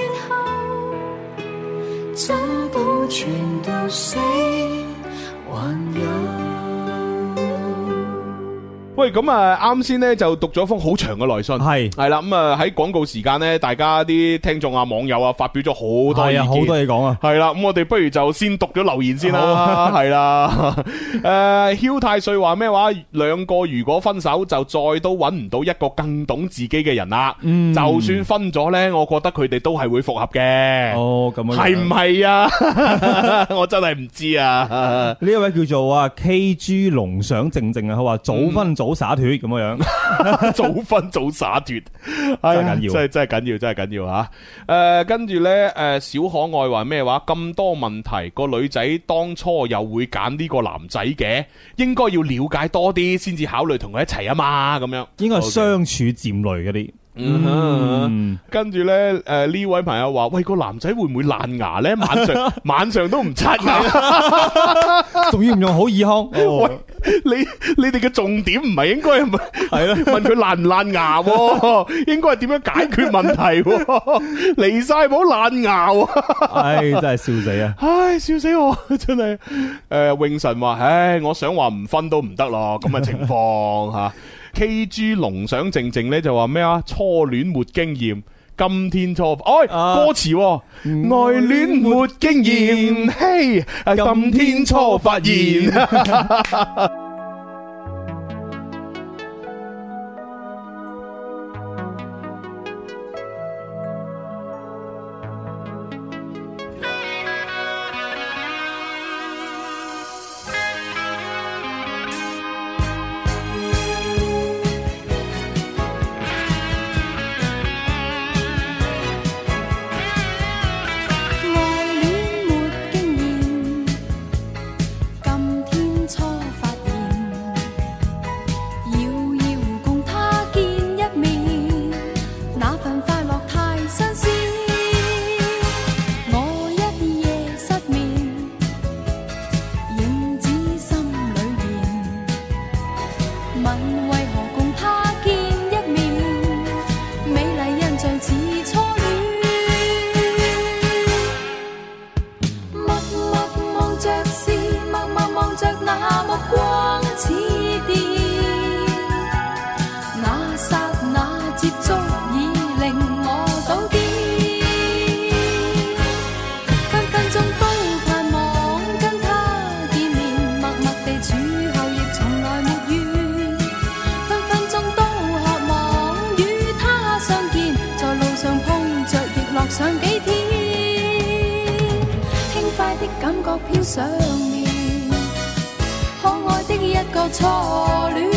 月後，怎保存到死還有？
喂，咁啊，啱先呢就讀咗封好長嘅來信，
係
系啦，咁啊喺廣告時間呢，大家啲聽眾啊、網友啊發表咗好多意
係啊，好
見
多。嘢講啊。
系啦，咁我哋不如就先讀咗留言先
好啊
啦，係啦， *laughs* 诶，囂太歲話咩話？兩個如果分手，就再都揾唔到一個更懂自己嘅人啦。
嗯
就算分咗呢，我覺得佢哋都係會復合嘅。
哦，咁樣
係唔係啊？ *laughs* 我真係唔知啊。
呢一位叫做啊 K G 龍想靜靜啊，佢話早婚早灑脱咁樣
嗯 *laughs*
樣，
早婚早灑脱，哎呀
*laughs*
真係
真係緊要
真係緊要，真係緊要吓。诶，跟住呢，诶，小可愛話咩話？咁多問題，個女仔當初又會揀呢個男仔嘅，應該要了解多啲先至考慮同佢一齊啊嘛，咁樣。
應該係
OK
相處漸累嗰啲。
嗯哼
嗯，
跟住呢，诶、呢位朋友話：，喂，個男仔會唔會爛牙
*laughs*
呢？晚上晚上都唔刷牙。 *laughs*
仲要唔用好耳康？
喂
哦，
你你哋嘅重點唔係應該係問
係咯。
問佢爛唔爛牙喎？應該係點樣解決問題喎？ *laughs* 離晒譜爛牙喎！
唉，真係笑死啊！
唉，笑死我！ *laughs* 真係诶，誒永神話：，唉，我想話唔分都唔得咯，咁嘅情況 *laughs* 吓。K G 龍想靜靜呢就話咩啊？初戀沒經驗，今天初哎
啊
歌詞喎，愛戀沒經驗，嘿，啊今天初發現。
愛戀沒經驗，今天初發現，遙遙共他見一面，那份快樂太新鮮。我一夜失眠，影子心裏現，問為何共他見一面？美麗印象似初戀，默默望着是默默望着那目光似電，那剎那接觸已令我倒跌，分分鐘都盼望跟他見面，默默地處後亦從來沒怨。分分鐘都渴望與他相見，在路上碰着亦樂上幾天，輕快的感覺飄上面，可愛的一個初戀。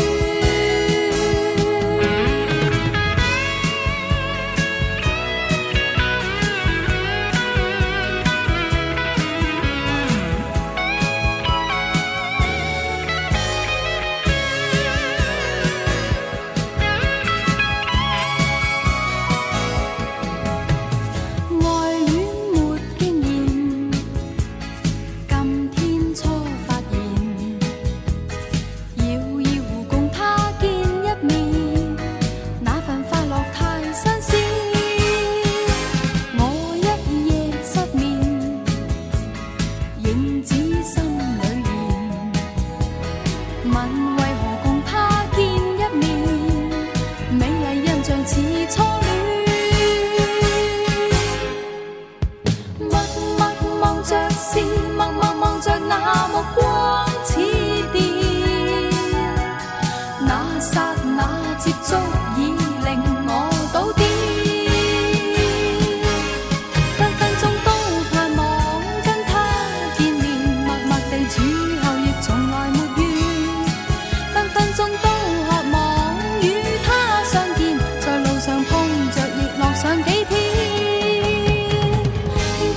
想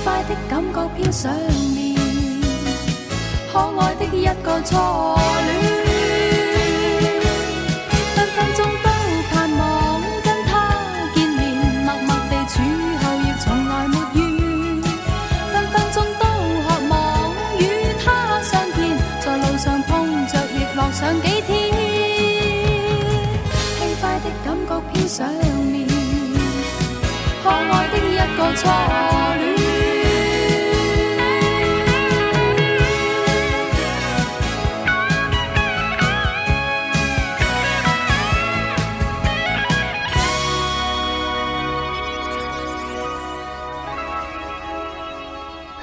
念，可愛的一個初戀，分分鐘都盼望跟他見面，默默地處後亦從來沒怨，分分鐘都渴望與他相見，在路上碰着亦樂上幾天，輕快的感覺偏想念。可愛的一個初戀。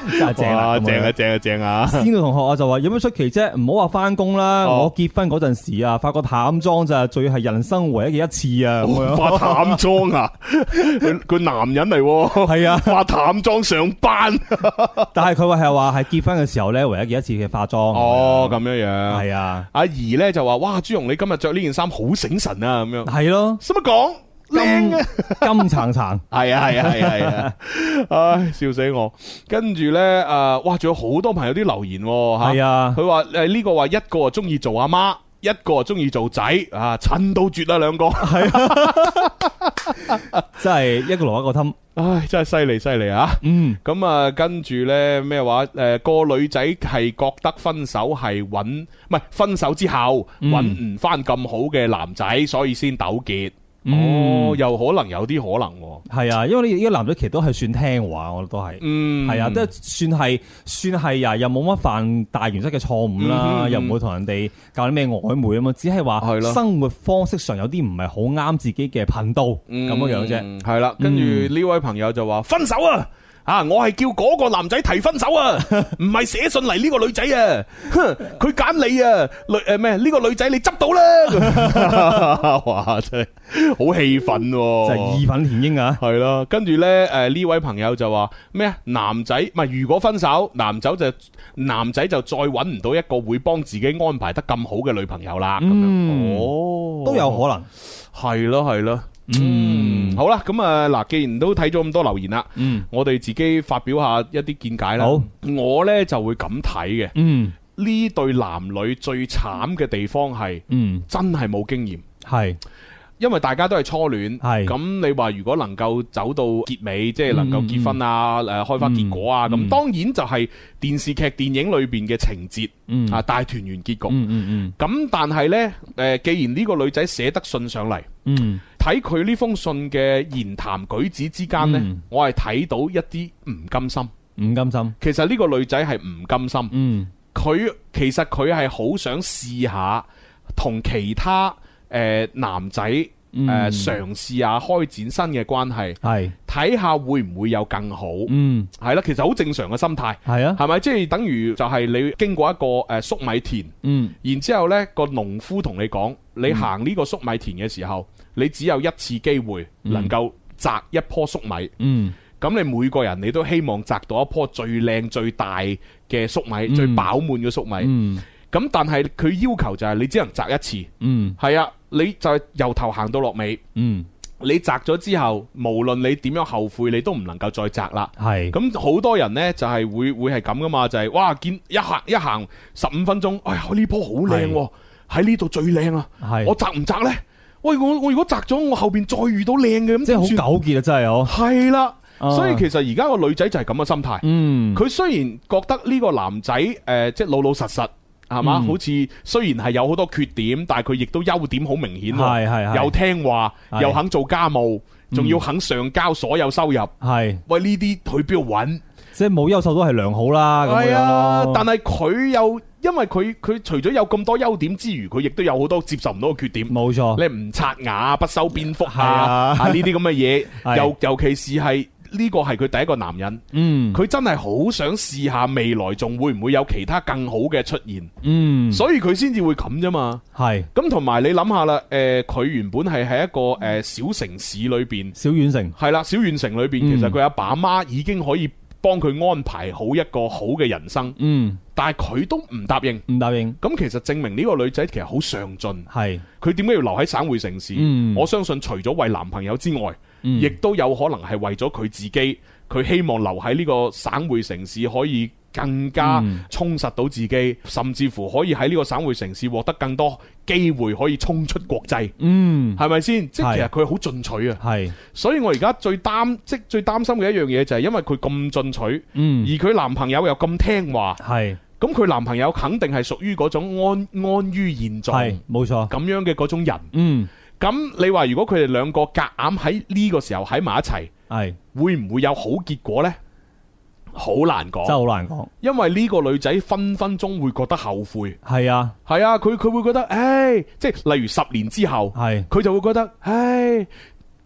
真係
*laughs*
正
哇
啦，
正啊，正啊，正啊！
先個同學啊就話有咩出奇啫？唔好話翻工啦，
哦
我結婚嗰陣時啊，發個淡妝咋，最係人生唯一嘅一次啊！咁樣
化淡妝啊，佢佢男人嚟 *laughs* 喎，
係啊，
化淡妝上班。
但係佢話係話係結婚嘅時候咧，唯一嘅一次嘅化妝。
哦，咁樣樣。
係啊，
阿怡咧就話：，哇，朱紅你今日着呢件衫好醒神啊！咁樣，
係咯，
使乜講？
金
靚啊！
金
*laughs*
橙橙，
系啊系啊系啊系啊！ *laughs* 唉，笑死我。跟住咧，诶，哇，仲有好多朋友啲留言喎吓。
係啊，
佢話誒呢個話一個啊中意做阿媽，一個啊中意做仔啊，襯到絕啦兩 *laughs* 個，
真係一個蘿蔔一個氹。
唉真係犀利犀利啊！
嗯，
咁啊，跟住呢咩話？誒、個女仔係覺得分手係揾唔係分手之後
嗯
揾唔翻咁好嘅男仔，所以先糾結。
嗯
哦，又可能有啲可能喎、
係啊，因為呢呢個男仔其實都係算聽話，我覺得都係。
嗯，
係啊，都算係算係啊，又冇乜犯大原則嘅錯誤
嗯哼
啦，
嗯
又唔會同人哋搞啲咩曖昧啊嘛，只係
係
話
咯
生活方式上有啲唔係好啱自己嘅頻道
嗯
咁樣樣啫。
啫。係啦，跟住呢位朋友就話分手啊！啊！我係叫嗰個男仔提分
*laughs*
手啊，唔係寫信嚟呢個女仔啊，哼佢揀你啊，女誒咩？呢個女仔你執
*laughs*
到啦！哇！真係好氣憤
就
喎，
係義憤填膺啊！
系啦，跟住呢，诶、呢位朋友就話咩啊？男仔唔係如果分手，男仔就男仔就再揾唔到一個會幫自己安排得咁好嘅女朋友啦。咁樣
嗯
哦，
都有可能，
係咯係咯。嗯，好啦，咁啊嗱，既然都睇咗咁多留言啦，
嗯
我哋自己發表下一啲見解啦。
好，
我呢就會咁睇嘅，
嗯
呢對男女最慘嘅地方係
嗯，
真係冇經驗。
係
因為大家都係初戀，
係
咁你話如果能夠走到結尾，即係能夠結婚啊，誒開花結果啊，
嗯
咁
嗯
當然就係電視劇、電影裏邊嘅情節
嗯
啊，大團圓結局。
嗯嗯
咁但係呢，誒既然呢個女仔寫得信上嚟，
嗯嗯
睇佢呢封信嘅言談舉止之間呢
嗯，
我係睇到一啲唔甘心。
唔甘心，
其實呢個女仔係唔甘心，
嗯
佢其實佢係好想試下同其他誒男仔。
嗯
诶，尝试下開展新嘅關係，
係
睇下會唔會有更好，
嗯
係啦，其實好正常嘅心態，
係啊，
係咪？即係等於就係你經過一個诶粟米田，
嗯
然之后咧個農夫同你講，你行呢個粟米田嘅時候，你只有一次機會
嗯
能夠摘一棵粟米，
嗯
咁你每個人你都希望摘到一棵最靚最大嘅粟米，
嗯
最飽滿嘅粟米，
嗯
咁但係佢要求就係你只能摘一次，
嗯
係啊，你就係由頭行到落尾。
嗯
你摘咗之後，無論你點樣後悔，你都唔能夠再摘啦。
係，
咁好多人呢，就係、會會係咁噶嘛，就係、哇見一行一行十五分鐘，哎呀呢棵好靚喎，喺呢度最靚啊！
係
我摘唔摘呢？喂，我我如果摘咗，我後邊再遇到靚嘅咁
即係好
點算
糾結啊！真係我，
係啦，
啊
所以其實而家個女仔就係咁嘅心態。
嗯
佢雖然覺得呢個男仔誒、呃即係老老實實係嘛，
嗯
好似雖然係有好多缺點，但係佢亦都優點好明顯喎。
係係係
又聽話，
係嗯
又肯做家務，仲要肯上交所有收入。
係
喂，呢啲佢邊度揾？
即係冇優秀都係良好啦，咁樣
係啊，
咯
但係佢又因為佢佢除咗有咁多優點之餘，佢亦都有好多接受唔到嘅缺點。
冇錯。
你唔刷牙、不修邊幅
哦係
啊，
啊
啊呢啲咁嘅嘢，
係
尤尤其是係呢個係佢第一個男人，
嗯，
佢真係好想試下未來仲會唔會有其他更好嘅出現，
嗯，
所以佢先至會咁啫嘛。
係
咁同埋你諗下啦，诶、佢原本係喺一個诶、
嗯
呃小城市裏边。
小縣城，
系啦，小縣城裏边，其實
嗯
佢阿爸阿媽已經可以幫佢安排好一個好嘅人生，
嗯，
但係佢都唔答應。
唔答應，
咁其實證明呢個女仔其實好上進，
係，
佢點解要留喺省會城市？
嗯
我相信除咗為男朋友之外，
嗯
亦都有可能係為咗佢自己佢希望留喺呢個省會城市可以。更加
嗯
充實到自己，甚至乎可以喺呢個省會城市獲得更多機會，可以衝出國際，
嗯，
係咪先？即係
係
其實佢好進取啊！
系，
所以我而家最擔即最擔心嘅一樣嘢就係因為佢咁進取，而
嗯，
佢男朋友又咁聽話，
系，
咁佢男朋友肯定係屬於嗰種安安於現
系，
狀
冇錯，
咁樣嘅嗰種人。
嗯，
咁你話如果佢哋兩個夾硬喺呢個時候喺埋一齊，
係，
會唔會有好結果呢？好難
真係
講，
好難講，
因為呢個女仔分分鐘會覺得後悔。
係啊，
係啊，佢佢會覺得，唉，即係例如十年之後，
係，
佢就會覺得，唉，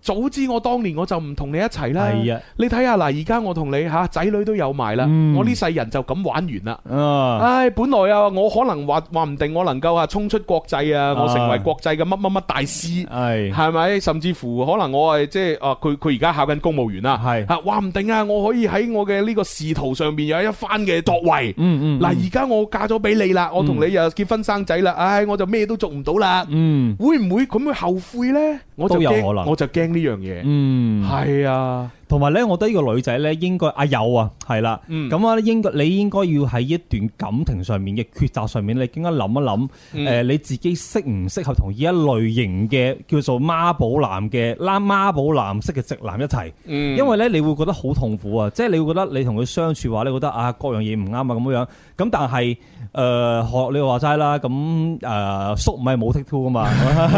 早知我當年我就唔同你一齊啦。
係啊，
你睇下嗱，而家我同你吓仔女都有埋啦，
嗯
我呢世人就咁玩完啦。
啊，
唉，本來啊，我可能話話唔定我能夠啊衝出國際啊，我成為國際嘅乜乜乜大師。
係，
係咪？甚至乎可能我係即係啊，佢佢而家考緊公務員啦，
係
啊，話唔定啊，我可以喺我嘅呢個仕途上面有一番嘅作為。
嗯嗯，
嗱，而家我嫁咗俾你啦，我同你又結婚生仔啦，唉，我就咩都做唔到啦，
嗯，
會唔會咁會後悔呢？我就
都有
驚
可能
我就驚呢樣嘢。
嗯，
係
*laughs*
啊， *laughs*
同埋咧，我覺得呢個女仔咧，應該啊有啊，係啦，
嗯
咁啊、應該你應該要喺一段感情上面嘅抉擇上面，你應該諗一諗，誒、
嗯
你自己適唔適合同呢一類型嘅叫做媽寶男嘅啦，媽寶男式嘅直男一齊，
嗯
因為咧你會覺得好痛苦啊，即係你會覺得你同佢相處嘅話，你覺得啊各樣嘢唔啱啊咁樣，咁但係誒、呃、學你話齋啦，咁誒叔唔係冇 take two 噶嘛。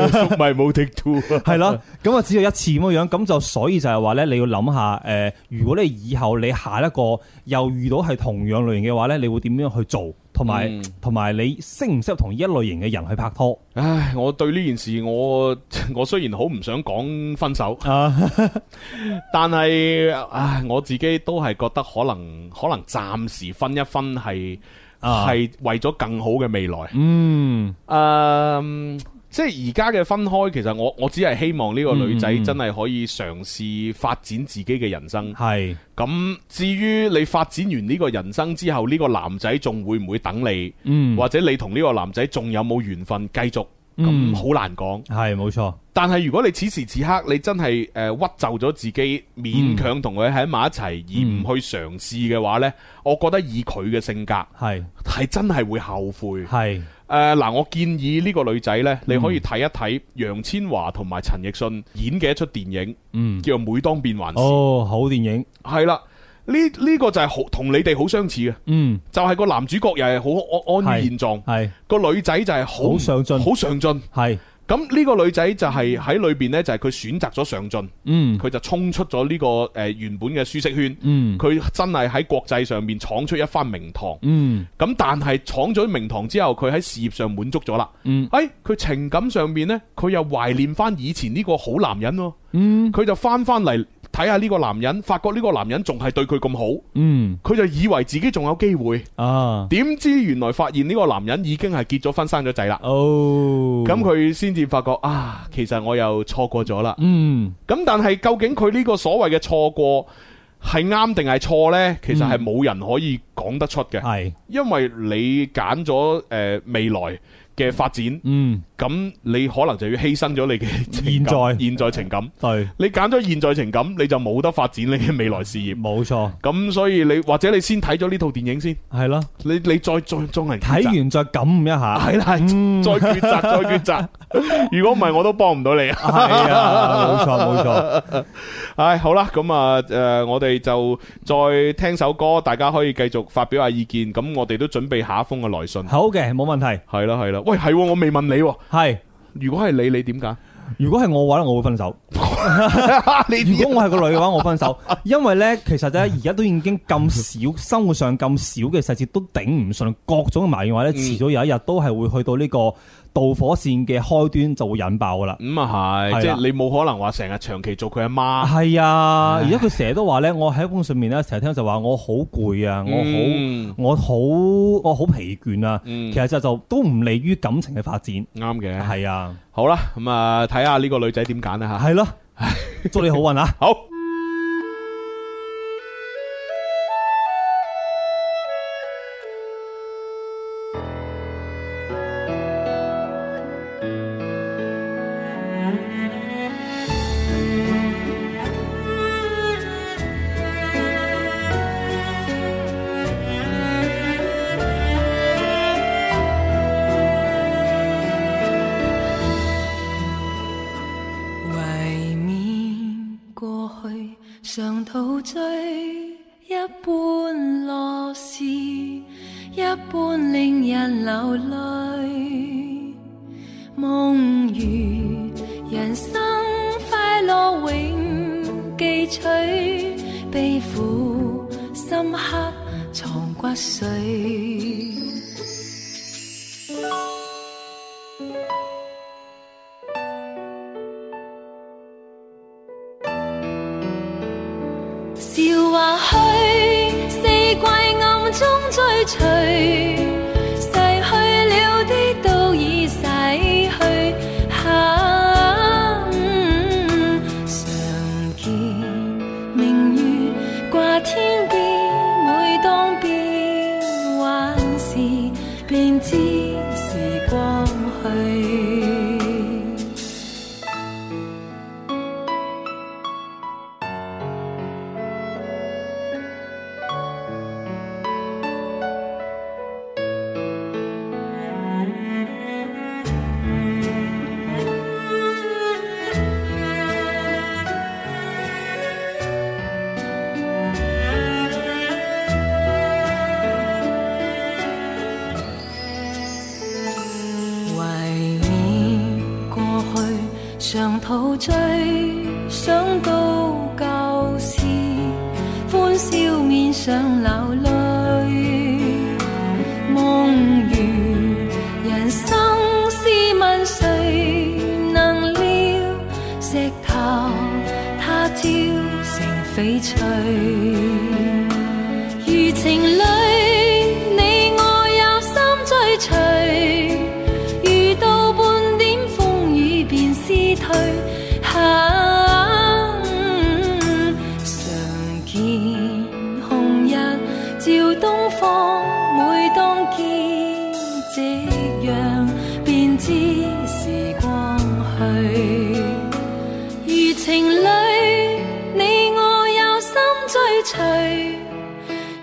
粟米冇 take two 啊。
*laughs* 係啦，咁啊只有一次咁樣樣，咁就所以就係話咧，你要諗下，诶、如果你以後你下一個又遇到係同樣類型嘅話咧，你會點樣去做，同埋
嗯
同埋你適唔適合同呢一類型嘅人去拍拖
唉，我對呢件事我 *laughs* 我雖然好唔想講分手，
*laughs* 啊？
*laughs* 但係唉，我自己都係覺得可能可能暫時分一分係
啊
係為咗更好嘅未來。
嗯，
嗯即係而家嘅分開，其實我我只係希望呢個女仔
嗯嗯
真係可以嘗試發展自己嘅人生。
係
咁至於你發展完呢個人生之後，呢、個男仔仲會唔會等你，
嗯，
或者你同呢個男仔仲有冇緣分繼續，咁
嗯
好難講。
係冇錯，
但係如果你此時此刻你真係诶、呃屈就咗自己，勉強
嗯
同佢喺埋一齊，而唔去嘗試嘅話呢，我覺得以佢嘅性格
係
係真係會後悔。
係嗯
诶，嗱、我建議呢個女仔呢，你可以睇一睇楊千嬅同埋陳奕迅演嘅一出電影，
嗯，
叫做《每當變幻時》。
哦，好電影，
係啦、呢呢、個就係好同你哋好相似嘅，
嗯，
就係個男主角又係好安安於
係
現狀，
係
個女仔就係好
好上進
好上進。
係，
咁呢個女仔就係喺裏邊呢，就係佢選擇咗上進，
嗯
佢就衝出咗呢個誒原本嘅舒適圈，
嗯
佢真係喺國際上面闖出一番名堂。
嗯
咁但係闖咗名堂之後，佢喺事業上滿足咗啦。
嗯
哎，佢情感上面呢，佢又懷念翻以前呢個好男人咯。
嗯
佢就翻翻嚟睇下呢個男人，發覺呢個男人仲係對佢咁好，
嗯
佢就以為自己仲有機會，
啊，
點知原來發現呢個男人已經係結咗婚生咗仔啦。
哦，
咁佢先至發覺啊，其實我又錯過咗啦。
嗯
咁但係究竟佢呢個所謂嘅錯過係啱定係錯呢？其實係
嗯
冇人可以講得出嘅，
係
因為你揀咗诶未來嘅發展，
嗯
咁你可能就要犧牲咗你
*laughs*
嘅情感
現在
現在情感。
對，
你揀咗現在情感，你就冇得發展你嘅未來事業。
冇錯，
咁所以你或者你先睇咗呢套電影先，
係咯。
你你再再再人
睇完再感悟一下。
系啦，*laughs*
嗯
再抉擇再抉擇。
*laughs*
如果唔係，我都幫唔到你啊。
係啊，冇錯冇錯，
唉，好啦，咁啊，诶、我哋就再聽首歌，大家可以繼續發表下意見。咁我哋都準備下一封嘅來信。
好嘅，冇問題。
係啦，係啦。喂，係喎，我未問你喎。
係，
如果係你，你點揀？
如果係我嘅話咧，我會分手。
*laughs* 你啊
如果我係個女嘅話，我分手，因為咧，其實咧，而家都已經咁少，生活上咁少嘅細節都頂唔順，各種嘅埋怨話咧，
嗯
遲早有一日都係會去到呢個導火線嘅開端，就會引爆噶啦。
咁啊係，
係
即係
啦
你冇可能話成日長期做佢阿 *laughs* 媽。
係啊，而家佢成日都話咧，我喺本上面咧，成日聽就話我好攰啊，我好
嗯
我好我好疲倦啊。
嗯
其實就就都唔利於感情嘅發展。
啱嘅。
係啊。
好啦，咁啊，睇下呢個女仔點揀啊啦吓。
系咯，祝你好运啊！
好。
Hãy subscribe cho kênh Ghiền Mì Gõ Để không bỏ lỡ
常陶醉，一般樂事，一般令人流淚。夢如人生快樂永記取，悲苦深刻藏骨髓。笑話虛，四季暗中追隨，逝去了的都已逝去。啊，嗯常見明月掛天邊，每當變幻時，便知時光去。懷念過去，常陶醉，想到舊事，歡笑面上流淚。夢如人生，試問誰能料？石頭他朝成翡翠。如情侶，你我有心追隨，遇到半點風雨便思退。啊嗯常見紅日照東方，每當見夕陽，便知時光去。如情侶，你我有心追隨。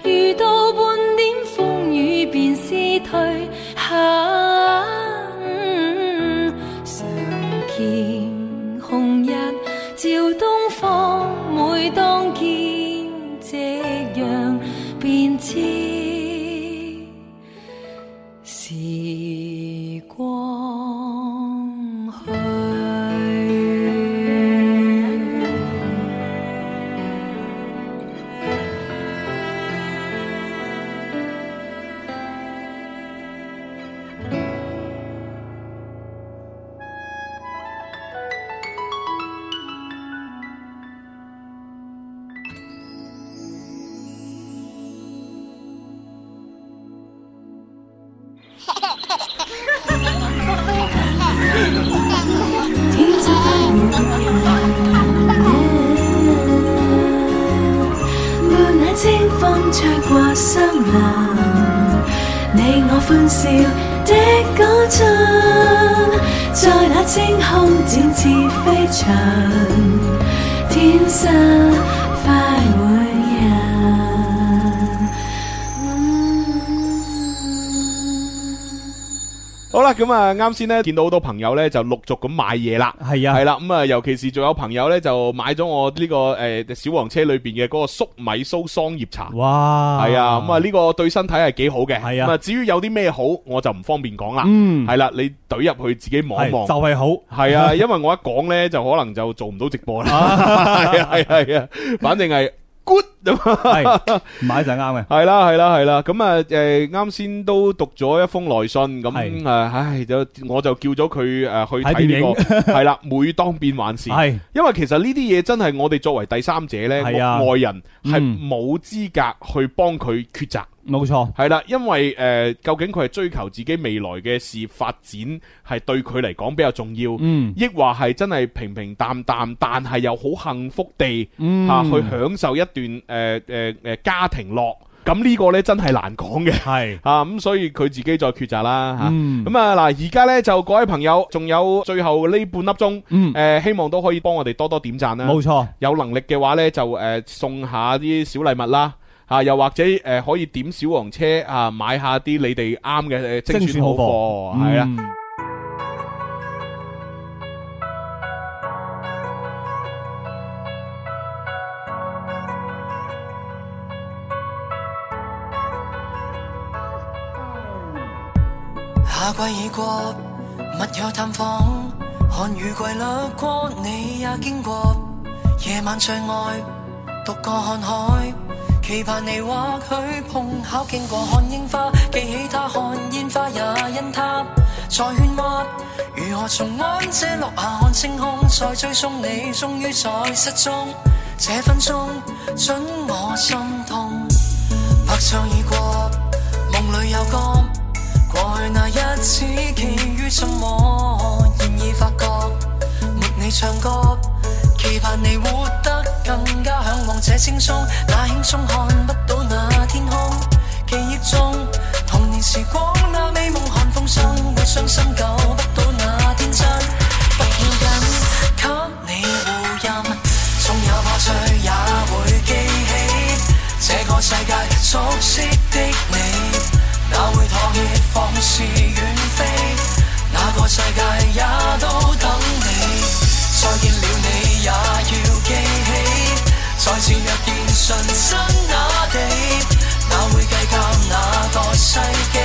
遇到半點風雨便思退，啊嗯常見紅日照東方，每當見夕陽，便知時光去。
伴那清風吹過森林，你我歡笑的歌唱，在那青空展翅飛翔，天生快活人。
好啦，咁啊，啱先咧見到好多朋友咧就陸續咁買嘢啦。
係啊
系，啦，咁啊，尤其是仲有朋友咧，就買咗我呢、個个诶、小黃車裏边嘅嗰個粟米酥桑葉茶。
哇，
係啊，咁啊呢個對身體係幾好嘅。
係啊
咁至於有啲咩好，我就唔方便講啦。
嗯
係啦，你懟入去自己望一
係
望。
就係好。
*laughs*
*laughs*
係啊，因為我一講咧，就可能就做唔到直播啦。 *laughs* 係啊，係啊，係啊，反正係 good 咁啊。
系买就啱嘅，
系啦，系啦，系啦，咁啊，诶，啱先都讀咗一封來信，咁
係
啊，唉，就我就叫咗佢诶去
睇
睇呢個，係啦， *laughs* 每當變幻時，
係
因為其實呢啲嘢真係我哋作為第三者呢，
係啊
外人係
嗯
冇資格去幫佢抉擇，
冇錯，
係啦，因為诶，究竟佢係追求自己未來嘅事業發展，係對佢嚟講比較重要，
嗯
抑或係真係平平淡淡，但係又好幸福地。
嗯
啊，去享受一段誒誒誒家庭樂。咁呢個呢，真係難講嘅。 *laughs*
係
啊，咁所以佢自己再抉擇啦嚇。
嗯
咁啊嗱，而家呢，就各位朋友，仲有最後呢半粒鐘，誒、
嗯
希望都可以幫我哋多多點讚啦。
冇錯，
有能力嘅話呢，就誒、呃送下啲小禮物啦。啊，又或者誒、可以點小黃車啊，買下啲你哋啱嘅誒呃精選好啊貨，係啦、
嗯，
Hãy subscribe cho kênh Ghiền Mì Gõ Để không bỏ lỡ
夏季已過，密友探訪，寒雨季掠過，你也經過。夜晚最愛獨個看海，期盼你或許碰巧經過看櫻花，記起他看煙花也因他在喧譁。如何重安這落下看星空，再追蹤你，終於在失蹤。這分鐘准我心痛，拍相已過，夢裏有光。過去那一次，奇遇什麼？現已發覺，沒你唱歌，期盼你活得更加向往這輕鬆。那輕鬆看不到那天空，記憶中童年時光那美夢看風生，會傷心救不到那天真。不要緊，給你護蔭，縱有破碎也會記起這個世界熟悉的你。哪會妥協放肆遠飛？那個世界也都等你，再見了你也要記起。再次若見純真那地，哪會計較那個世紀？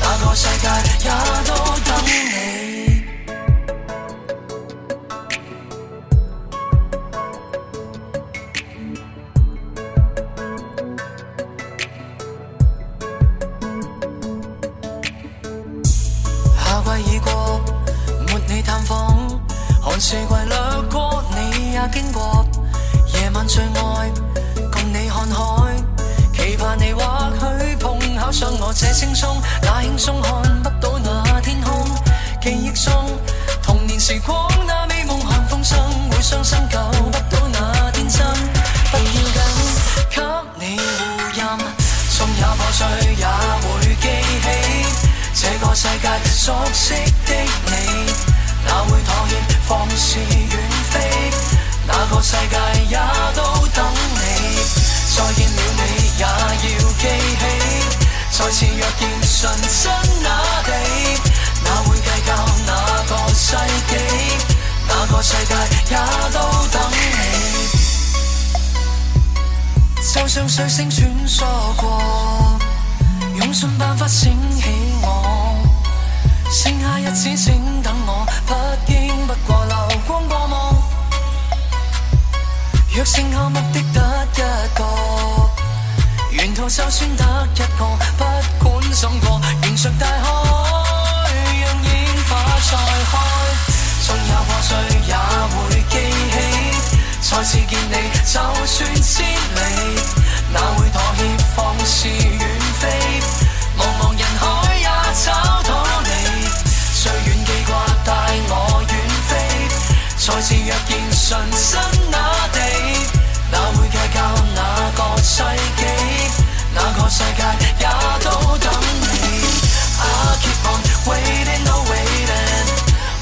那個世界也都等你。夏季已過，沒你探訪，寒四季掠過，你也經過。夜晚最愛，共你看海，期盼你或許碰巧上我這星鬆，那輕鬆看不到那天空，記憶中童年時光那美夢看風生，會傷心救不到那天真，不要緊，給你護蔭，縱有破碎也會記起。這個世界熟悉的你，哪會妥協放肆遠飛？那個世界也都等你，再見了你也要記起。再次若見純真那地，哪會計較那個世紀？那個世界也都等你，就像水星穿梭過。用盡辦法醒起我，剩下日子請等我，不經不過流光過目。若剩下目的得一個，沿途就算得一個，不管怎過，迎着大海，讓煙花再開。縱有破碎也會記起，再次見你就算千里，哪會妥協放肆遠飛？茫茫人海也找到你，最遠記掛帶我遠飛。再次若見純真那地，哪會計較那個世紀？那個世界也都等你。I keep on waiting, no waiting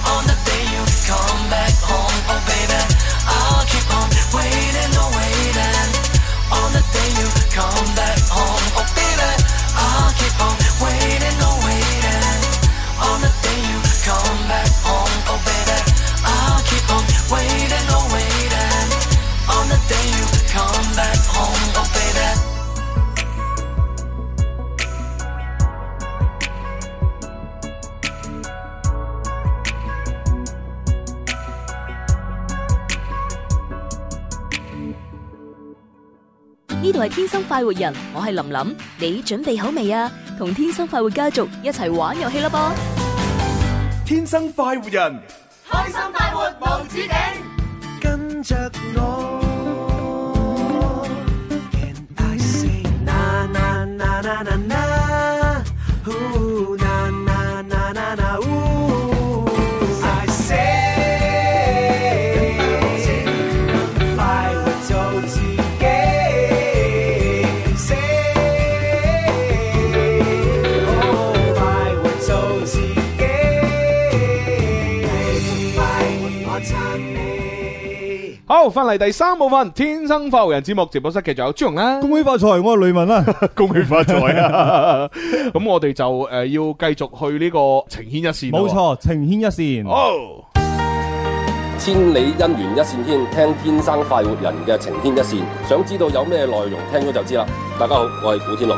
on the day you come back home, oh baby. I keep on waiting, no waiting on the day you come back home, oh baby. I keep on waiting, no waiting on the day you come back home, oh baby. I keep on waiting, no waiting on the day you come back home, oh baby.
呢度係天生快活人，我係林林，你準備好未啊？同天生快活家族一齊玩遊戲啦噃！
天生快活人，
开心快活无止境，
跟着我。Can I say na na na na na na? Ooh, na na na na na, ooh. I say，快活做自己。Say，哦快活做自己。快
哦
活我撐你。
好，翻嚟第三部分《天生快活人》節目直播室，繼續有朱紅啦，
恭喜發財，我係雷文啦。
*laughs* 恭喜發財啊！ *laughs* 咁我哋就誒要繼續去呢個情牽一線咯
冇。錯，情牽一線。
哦，
千里姻緣一線牽，聽天生快活人嘅情牽一線。想知道有咩內容，聽咗就知啦。大家好，我係古天樂。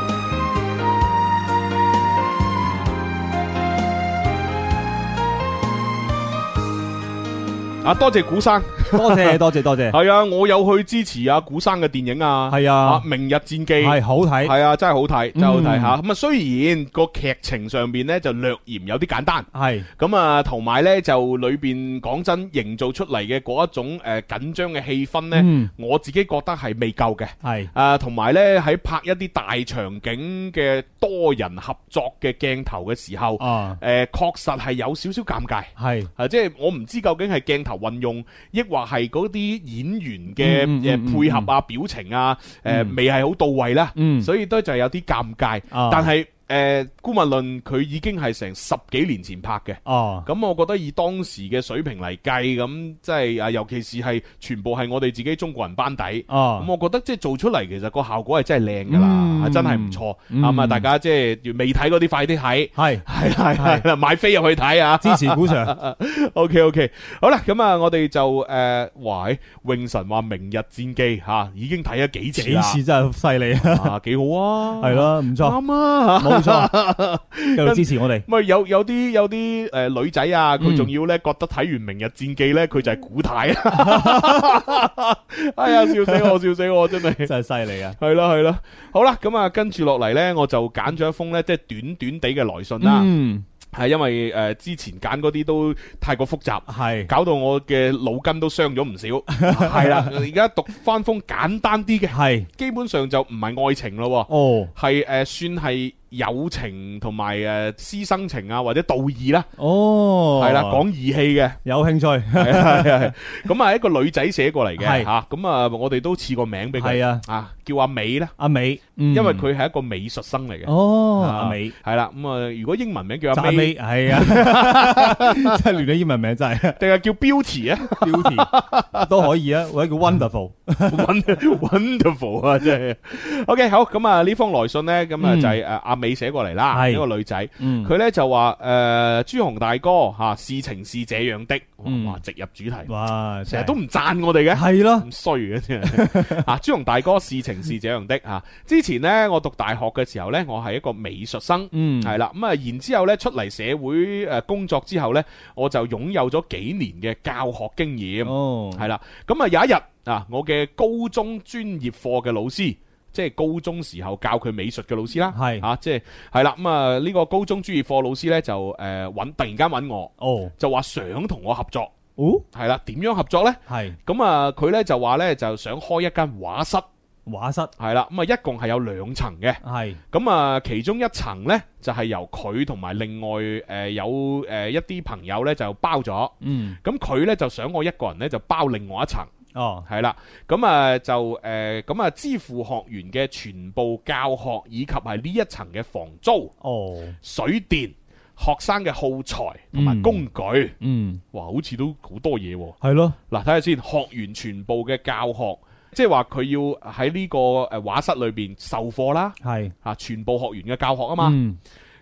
啊，多謝古 *laughs* 生，
多謝多謝多謝
係啊，我有去支持啊古生嘅電影啊，
係啊
明日戰記
係好
*laughs*
睇
係啊，真係好睇，真係好睇
嗯
吓。咁啊，雖然個劇情上邊呢就略嫌有啲簡單，
係
咁啊，同埋呢就裏邊講真，營造出嚟嘅嗰一種誒緊張嘅氣氛呢
嗯，
我自己覺得係未夠嘅。
係
啊，同埋呢，喺拍一啲大場景嘅多人合作嘅鏡頭嘅時候，
啊
誒確實係有少少尷尬。
係
啊，即係我唔知究竟係鏡頭運用，抑或係嗰啲演員嘅
嗯嗯
誒
嗯
配合啊、表情啊，誒未係好到位啦，
嗯
所以都就係有啲尷尬。
啊
但係誒，顧問論佢已經係成十幾年前拍嘅。
哦
咁我覺得以當時嘅水平嚟計，咁即係啊，尤其是係全部係我哋自己中國人班底，咁、
哦
我覺得即係做出嚟其實個效果係真係靚㗎啦，
嗯
真係唔錯。
嗯
咁啊，大家即係未睇嗰啲快啲睇，
係
係啦係
*laughs*
啦，買飛入去睇啊！
支持
*laughs*
古 Sir
OK OK，好啦，咁啊，我哋就誒，呃哇！永神話《明日戰記》嚇已經睇咗幾次
幾
啦，
次真係犀利啊！
啊幾好啊，
係咯，
*laughs*
唔錯，
啱啊，
冇錯，繼續支持我哋。
咪有有啲有啲誒、呃女仔啊，佢
嗯
仲要咧覺得睇完《明日戰記》咧，佢就係古太啊！ *laughs* 哎呀，笑死我，笑死我，真係
真係犀利啊！
係啦係啦，好啦，咁啊，跟住落嚟咧，我就揀咗一封咧，即係短短地嘅來信啦。
嗯，
係因為誒、呃之前揀嗰啲都太過複雜，
係
搞到我嘅腦筋都傷咗唔少。係啦，而家讀翻封簡單啲嘅，
係
基本上就唔係愛情咯喎，
哦
係誒、呃算係友情同埋誒師生情啊，或者道義啦，
哦，
係啦，講義氣
*laughs*
嘅。
有興趣
係啊係啊係啊咁啊，一個女仔寫過嚟嘅
係
吓，咁啊，我哋都賜個名俾佢，
係啊
叫阿美啦，
阿美，因
因為佢係一個美術生嚟嘅，
哦
啊
阿美。
係啦，咁啊，如果英文名叫阿
讚
美
美，，
*laughs*
係啊，真係亂咗英文名真係
定係叫 Beauty
*laughs*
啊
beauty 都可以啊，或者叫 wonderful，
，Wonderful 啊，真係。OK，好，咁啊，呢封來信呢，咁啊
嗯
就係诶阿美寫過嚟啦，
係
一個女仔，
嗯
佢呢就話诶朱紅大哥吓，事情是這樣的，
嗯
哇，直入主題，
哇，
成日都唔讚我哋嘅。
係咯，
咁衰嘅 *laughs* 真係啊！朱紅大哥，事情是這樣的啊。之前呢，我讀大學嘅時候呢，我係一個美術生，
嗯
係啦。咁啊，然之後呢，出嚟社會誒工作之後呢，我就擁有咗幾年嘅教學經驗，
哦，
係啦。咁啊，有一日啊，我嘅高中專業課嘅老師。即係高中時候教佢美術嘅老師啦，
係
啊，即係係啦，咁啊呢個高中專業課老師呢，就誒揾、突然間揾我，
哦，
就話想同我合作，
哦，
係啦，點樣合作呢？
係
咁啊，佢呢就話呢，就想開一間畫室，
畫室，
係啦，咁啊一共係有兩層嘅，
係
咁啊其中一層呢，就係由佢同埋另外誒、呃有誒、呃一啲朋友呢就包咗，
嗯，
咁佢呢就想我一個人呢就包另外一層，
哦，
係啦，咁啊就誒咁啊支付學員嘅全部教學以及係呢一層嘅房租、
哦，
水電、學生嘅耗材同埋
嗯
工具，
嗯，
哇好似都好多嘢喎、
係咯，
嗱，睇下先，學完全部嘅教學，即係話佢要喺呢個誒畫室裏邊授課啦，
係，
啊，全部學員嘅教學啊嘛，
嗯，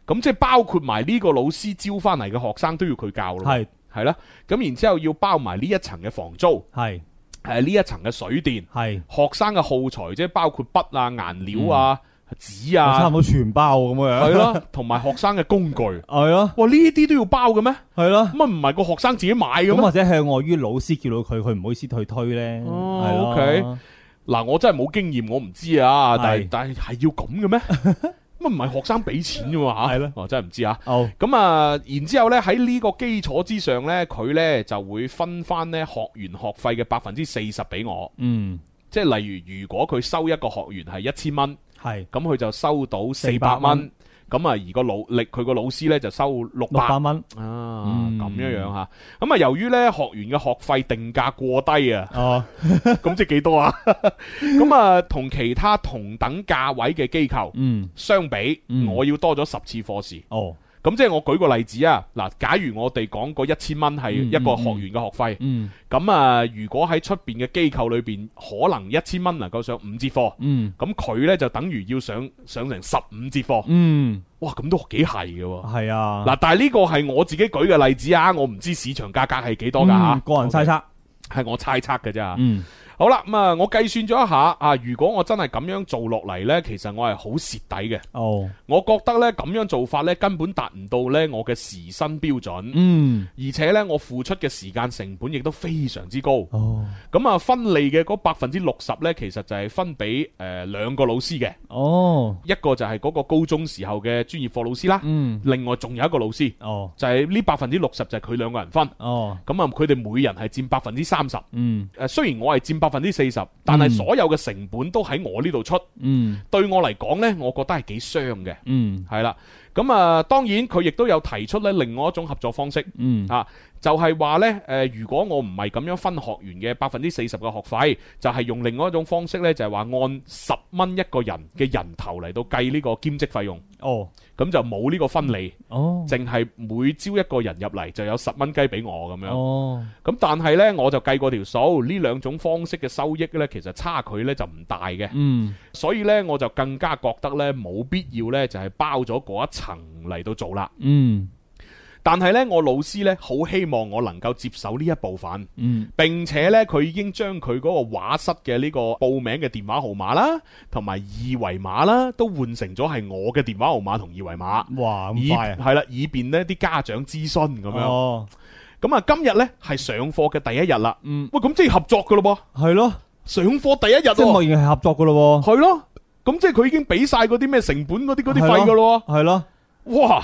咁、即係包括埋呢個老師招翻嚟嘅學生都要佢教咯，
係
係啦，咁然之後要包埋呢一層嘅房租，誒、
係
呢一層嘅水電，
係，
學生嘅耗材，即係包括筆啊、顏料啊、紙
我嗯哦差唔
啊，
多全包咁樣，
係，咯，同埋學生嘅工具，哇，
係咯，
呢啲都要包嘅咩？
係咯。
咁啊，唔係個學生自己買嘅
咁
咩？
或者係礙於老師叫到佢，佢唔好意思去推咧。
哦
係咯
OK 嗱，我真係冇經驗，我唔知啊。但係
係
但係係要咁嘅咩？ *laughs* 乜唔係學生俾錢嘅嘛嚇？
係咯
我真係唔知啊。
哦，
咁啊，然之後呢，喺呢個基礎之上呢，佢呢就會分翻呢學員學費嘅百分之四十俾我。
嗯，
即係例如，如果佢收一個學員係一千蚊，
係
咁佢就收到四百蚊
蚊。
咁啊，而個老力佢個老師呢就收六
六
百
百蚊。
啊，
嗯
咁樣樣嚇。咁啊，由於呢學員嘅學費定價過低啊。
哦，
咁即係幾多啊？ *laughs* 咁啊，同其他同等價位嘅機構
嗯，
相比，
嗯
我要多咗十次課時。
哦，
咁即係我舉個例子啊，嗱，假如我哋講嗰一千蚊係
嗯
一個學員嘅學費，
嗯，
咁啊，如果喺出邊嘅機構裏邊，可能一千蚊能夠上五節課，
嗯，
咁佢呢就等於要上上成十五節課，
嗯，
哇，咁都幾係嘅喎。
係啊。
嗱，但係呢個係我自己舉嘅例子啊，我唔知市場價格係幾多㗎嚇
嗯嗯，個人猜測。
係我猜測嘅啫。
嗯，
好啦，咁啊，我計算咗一下啊，如果我真係咁樣做落嚟呢，其實我係好蝕底嘅。
哦，
我覺得呢，咁樣做法呢，根本達唔到呢我嘅時薪標準。
嗯，
而且呢，我付出嘅時間成本亦都非常之高。
哦，
咁啊，分利嘅嗰百分之六十呢，其實就係分俾誒兩個老師嘅。
哦，
一個就係嗰個高中時候嘅專業課老師啦，
嗯
另外仲有一個老師，
哦，
就係呢百分之六十就係佢兩個人分，
哦，
咁啊佢哋每人係佔百分之三十，
嗯，
誒雖呃然我係佔百分之四十，但係所有嘅成本都喺我呢度出，
嗯，
對我嚟講呢，我覺得係幾傷嘅，
嗯，
係啦，咁啊當然佢亦都有提出呢另外一種合作方式，
嗯，
啊就係話呢，誒如果我唔係咁樣分學員嘅百分之四十嘅學費，就係用另外一種方式呢，就係話按十蚊一個人嘅人頭嚟到計呢個兼職費用。
哦，
咁就冇呢個分利，
哦，
淨係每朝一個人入嚟就有十蚊雞俾我咁樣。
哦，
咁但係呢，我就計過條數，呢兩種方式嘅收益呢，其實差距呢就唔大嘅。
嗯，
所以呢，我就更加覺得呢冇必要呢，就係包咗嗰一層嚟到做啦。
嗯，
但係呢，我老師呢，好希望我能夠接手呢一部分。
嗯，
並且呢，佢已經將佢嗰個畫室嘅呢個報名嘅電話號碼啦，同埋二維碼啦，都換成咗係我嘅電話號碼同二維碼。
哇，
以
咁快啊！
係啦，以便呢啲家長諮詢咁樣。
哦，
咁啊，今日呢係上課嘅第一日啦。
嗯，
喂，咁即係合作噶咯噃，
係咯，
上課第一日
即係
喎，
莫言係合作噶咯喎，
係咯。咁即係佢已經俾晒嗰啲咩成本嗰啲嗰啲費噶咯
係咯，
喎。哇，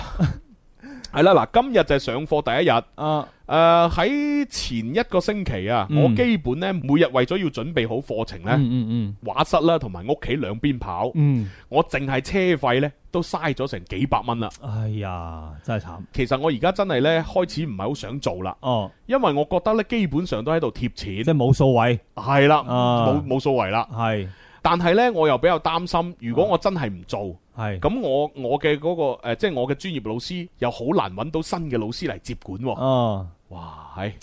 係啦，嗱，今日就係上課第一日。
啊，
誒喺前一個星期啊，
嗯
我基本呢每日為咗要準備好課程呢，
嗯嗯
畫室啦同埋屋企兩邊跑，
嗯，
我淨係車費呢都嘥咗成幾百蚊啦。
嗯，哎呀，真係慘，
其實我而家真係呢開始唔係好想做啦。
哦，
因為我覺得咧，基本上都喺度貼錢
即，係冇數位，
係啦，
啊
冇冇所謂啦。
係
但係呢，我又比較擔心，如
啊
果我真係唔做，
係，
咁我我嘅嗰、個呃即係我嘅專業老師又好難揾到新嘅老師嚟接管喎。
哦，
哇，係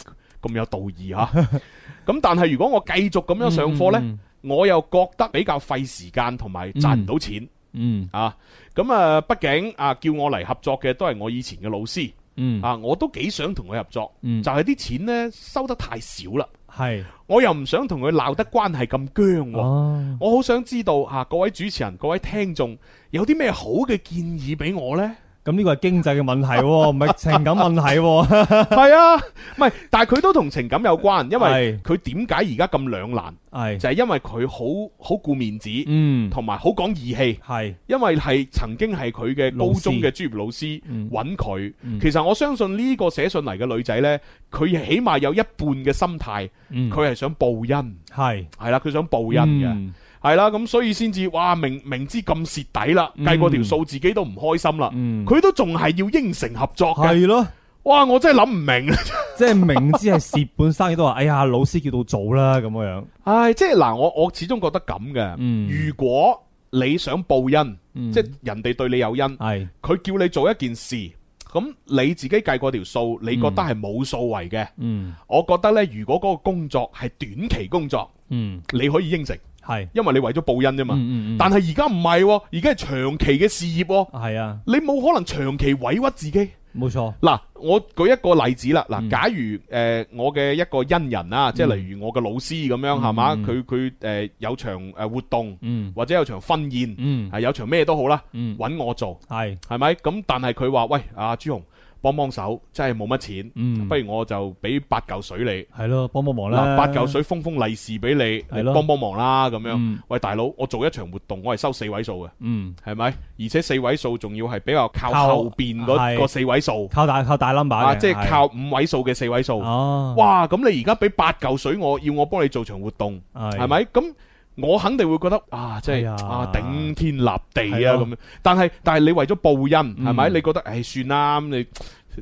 咁有道義嚇。 *laughs* 咁但係如果我繼續咁樣上課
嗯
呢，我又覺得比較費時間同埋賺唔到錢、
嗯，
啊。咁啊，畢竟啊，叫我嚟合作嘅都係我以前嘅老師
嗯嗯，
啊，我都幾想同佢合作，
嗯
就係啲錢呢收得太少啦。
係，
我又唔想同佢鬧得關係咁僵喎。
哦，
我好想知道吓、啊各位主持人、各位聽眾有啲咩好嘅建議俾我呢？
咁呢個係經濟嘅問題喎，唔 *laughs* 係情感問題喎，
係啊，唔係，但係佢都同情感有關，因為
係
佢點解而家咁兩難，
係，
就係、因為佢好好顧面子，
嗯，
同埋好講義氣。
係，
因為係曾經係佢嘅高中嘅專業老師
嗯
揾佢，
嗯
其實我相信呢個寫信嚟嘅女仔呢，佢起碼有一半嘅心態，
嗯，
佢係想報恩，
係
係啦，佢想報恩嘅。
嗯
係啦，咁所以先至哇，明明知咁蝕底啦，
嗯
計過條數自己都唔開心啦，
嗯
佢都仲係要應承合作嘅，
係咯。
哇！我真係諗唔明，啊
即係明知係蝕本生意都話，哎呀，老師叫到做啦咁樣。
唉，即係嗱，我我始終覺得咁
嗯
嘅，如果你想報恩，
嗯啊
即係人哋對你有恩，
係
佢叫你做一件事，咁你自己計過條數，你覺得係冇所謂嘅，
嗯
我覺得呢，如果嗰個工作係短期工作，
嗯
你可以應承，
係
因為你為咗報恩啫嘛。
嗯嗯嗯
但係而家唔係喎，而家係長期嘅事業喎。
係啊，
你冇可能長期委屈自己。
冇錯。
嗱，我舉一個例子啦。嗱，
嗯
假如誒、呃我嘅一個恩人啦，即係
嗯
例如我嘅老師咁樣係嘛，佢佢誒有場誒活動
嗯
或者有場婚宴，
嗯
係有場咩都好啦，
嗯
揾我做
係
係咪？咁但係佢話喂，阿朱紅幫幫手，真係冇乜錢，
嗯
不如我就俾八嚿水你。
係咯，幫幫忙啦。
嗱，八嚿水封封利是俾你，你
係咯
幫幫忙啦咁樣。
嗯
喂，大佬，我做一場活動，我係收四位數嘅。
嗯，
係咪？而且四位數仲要係比較靠
靠
後邊嗰
係
個四位數
靠大靠大 number
啊，
嘅
即係
係
靠五位數嘅四位數。
哦，
哇！咁你而家俾八嚿水我，要我幫你做場活動，
係
係咪？咁我肯定會覺得啊，即係
哎呀
啊頂天立地啊
係咯
咁樣。但係但係你為咗報恩，係咪？
嗯
你覺得唉算啦，咁你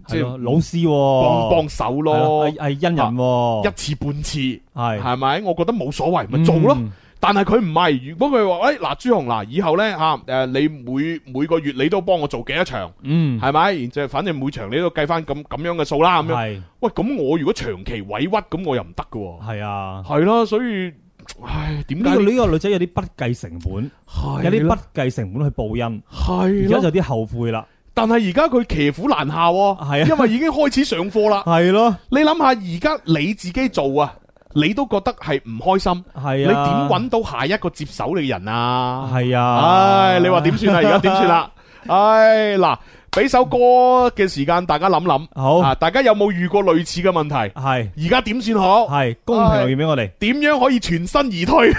即
係咯
係
老師喎
幫幫手咯
係，係係恩人喎
一次半次
係
係咪？我覺得冇所謂，咪做咯。
嗯
但係佢唔係，如果佢話，哎誒嗱，朱紅嗱，以後呢，嚇、誒、你每每個月你都幫我做幾多場，
嗯
係咪？然之後反正每場你都計翻咁咁樣嘅數啦，咁樣。
係
喂，咁我如果長期委屈，咁我又唔得嘅喎。
係啊。
係啦，所以，唉，點解
呢個呢個女仔有啲不計成本，
係
有啲
啦
不計成本去報恩，而
係
家
啦
就有啲後悔啦。
但係而家佢騎虎難下喎，
係啊
因為已經開始上課啦。
係咯，
你諗下，而家你自己做啊，你都覺得係唔開心，你點揾到下一個接手你嘅人啊？
係啊，
唉，你話點算啊？而家點算 *laughs* 啦？唉，嗱，俾首歌嘅時間大家諗諗，
好
啊！大家有冇遇過類似嘅問題？
係
而家點算好？
係公平留言俾我哋，
點樣可以全身而退？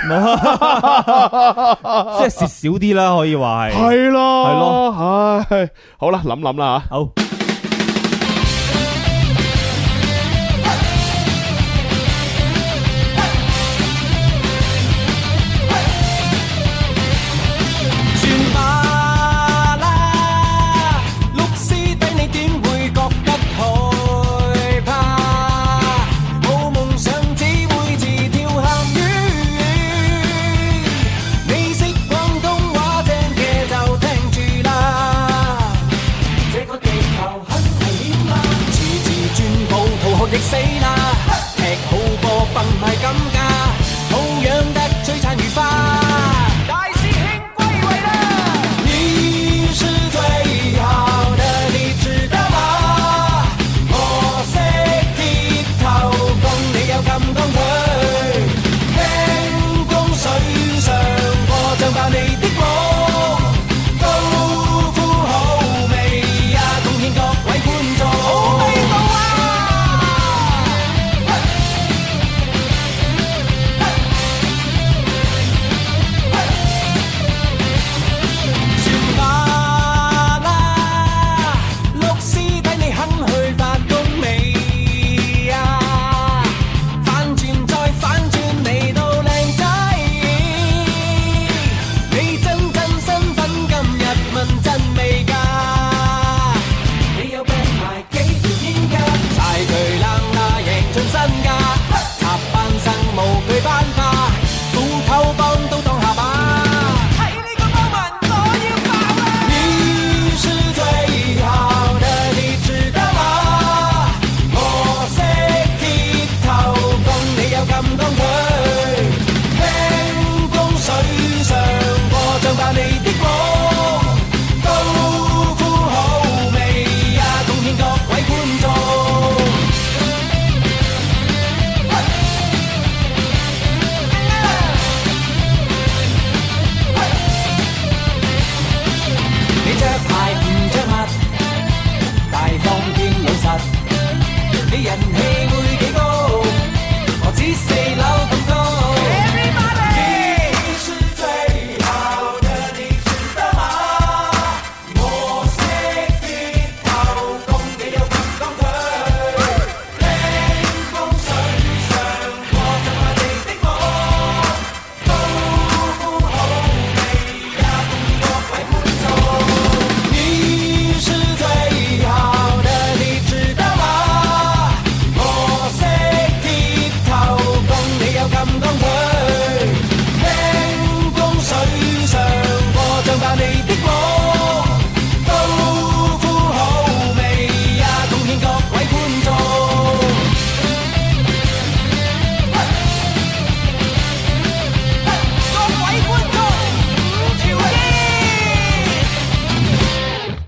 即係蝕少啲啦，可以話係。
係咯，
係咯，
唉，好啦，諗諗啦
吓。好。
算吧啦，綠絲底你點會覺得害怕？冇夢想只會自跳鹹魚。你識廣東話正嘅就聽住啦。這個地球很危險啦，次次轉步逃學亦死啦，踢好波並唔係咁㗎，好養得璀璨如花。大師兄。你是最好的，你知道嗎？我識鐵頭功，你有咁功佢。輕功水上我像爆你的我，高呼好味呀，貢獻各位觀眾。好味道啊！算吧啦，綠絲底你肯去發工未啊？反轉再反轉你都靚仔，你真真身份今日問真未㗎？你有病埋幾條煙㗎？晒佢冷啦，贏盡身家，插班生無懼班霸，斧頭幫都當下把。你是最好的，你知道嗎？我識鐵頭功，你有咁當佢。輕功水上我像爆你的我，高呼好味呀，貢獻各位觀眾。你着鞋唔着襪，大方兼老實，你人氣會幾高？我只四樓咁高。你是最好的，你知道嗎？我識鐵頭功，你有咁當佢。輕功水上，我就怕你的我。你是最好的，你知道嗎？我識鐵頭功，你有咁功佢。輕功水上我像爆你的我，高呼好味呀，貢獻各位觀眾。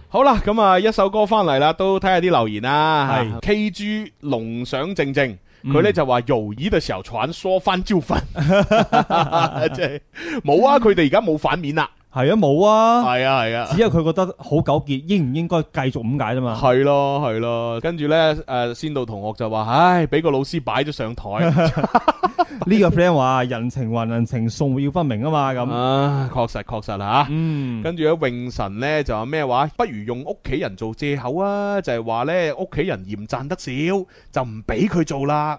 好啦，咁啊，一首歌翻嚟啦，都睇下啲留言啦。K G 龍想靜靜，佢呢就話友誼嘅時候喘疏翻招瞓， *laughs* 即係冇啊！佢哋而家冇反面啦。
係啊，冇啊，
係啊，係啊，
只係佢覺得好糾結，應唔應該繼續咁解啫嘛。
係咯，係咯，跟住呢，誒，先到同學就話：，唉，俾個老師擺咗上 *laughs* 台。
呢個 friend 話人情還人情，送要分明啊嘛咁。
啊，確實確實啊，嗯，跟住咧永神呢就話咩話，不如用屋企人做借口啊，就係話呢，屋企人嫌賺得少，就唔俾佢做啦，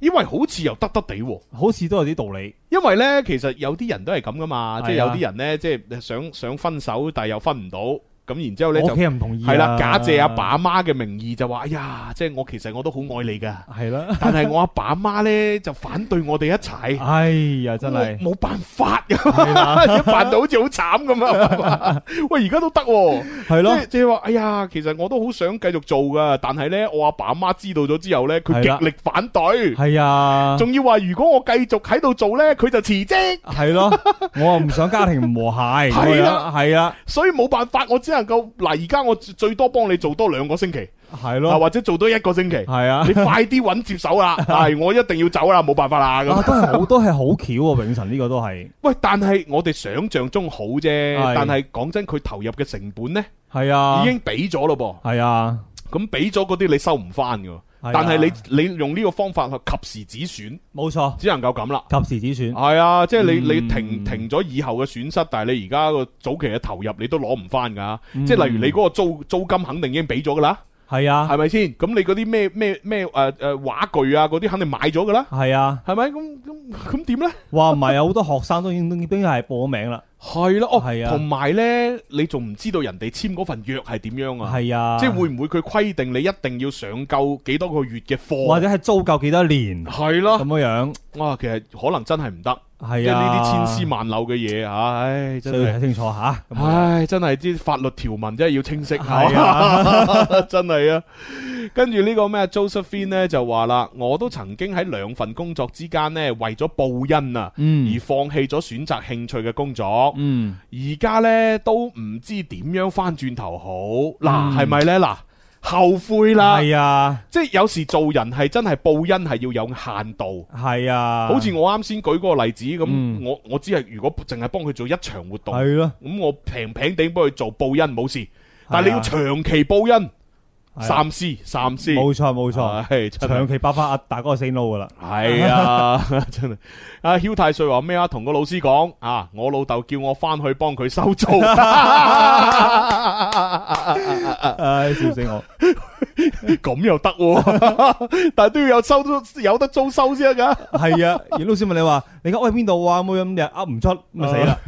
因為好似又得得地喎。
好似都有啲道理。
因為呢，其實有啲人都係咁噶嘛，即係
係啊
有啲人呢，即係想想分手，但係又分唔到，咁然之後呢，
我
就
屋企人唔同意啊
係啦，假借阿爸阿媽嘅名義就話，哎呀，即係我其實我都好愛你噶，
係
*laughs*
啦，
但係我阿爸阿媽呢，就反對我哋一齊，
哎呀，真係啊
冇辦法 *laughs* 噶，扮到好似好慘咁啊！喂，而家都得喎，
係咯
即係即係話，哎呀，其實我都好想繼續做噶，但係呢，我阿爸阿媽知道咗之後呢，佢
係啦
極力反對，
係啊，
仲要話如果我繼續喺度做呢，佢就辭職。
係咯，我唔想家庭唔和諧。
係啦
係啦，
所以冇辦法，我只能夠嗱，而家我最多幫你做多兩個星期，系咯，或者做多一個星期，系啊你快啲揾接手
*laughs*
啦，係我一定要走啦，冇辦法啦
啊，都係
咁。
好，都係好巧啊！永神呢個都係
喂，但係我哋想象中好啫，
係
但係講真，佢投入嘅成本呢，
係啊，
已經俾咗咯噃。
係啊，
咁俾咗嗰啲你收唔翻噶。
係啊
但係你你用呢個方法去及時止損，
冇錯，
只能夠咁啦。
及時止損。
係啊，即係你
嗯
你停停咗以後嘅損失，但係你而家個早期嘅投入你都攞唔翻㗎。
嗯
即係例如你嗰個租租金肯定已經俾咗㗎啦。
係啊，
係咪先？咁你嗰啲咩咩咩誒誒話具啊，嗰啲肯定買咗㗎啦。
係啊，
係咪咁咁咁點咧？
哇，唔係啊，好 *laughs* 多學生都已經都已經係報咗名啦。
係咯，哦，
係啊，
同埋呢，你仲唔知道人哋簽嗰份約係點樣啊？
係啊
即係會唔會佢規定你一定要上夠幾多個月嘅課，
或者係租夠幾多年？
係咯
咁樣樣。
哇，其實可能真係唔得。
係啊
即係呢啲千絲萬縷嘅嘢啊，唉，真
所以睇
係。
清楚吓。咁樣
唉，真係啲法律條文真係要清晰
係啊
*laughs* 真係啊！跟住呢個咩啊 Josephine 呢就話啦，我都曾經喺兩份工作之間呢，為咗報恩啊，
嗯
而放棄咗選擇興趣嘅工作。
嗯，
而家呢都唔知點樣翻轉頭好，
嗯
嗱係咪呢？嗱，後悔啦，
係啊，
即係有時做人係真係報恩係要有限度。
係啊，
好似我啱先舉嗰個例子
嗯
咁，我我只係如果淨係幫佢做一場活動，
係咯啊
咁我平平地幫佢做報恩冇事，但係你要長期報恩，
係啊
三思三思，
冇錯冇
係
錯，
真係
長期爆發壓大哥 say no 噶啦。
係啊， *laughs* 真係阿囂太歲話咩啊？同個老師講啊，我老豆叫我翻去幫佢收租。 *laughs* 啊
唉，笑死
*laughs*
我！
咁又得喎， *laughs* 但係都要有收租，有得租收先得噶。
係啊，而老師問你話：你而家喂邊度啊？冇咁你又噏唔出，咁咪死啦！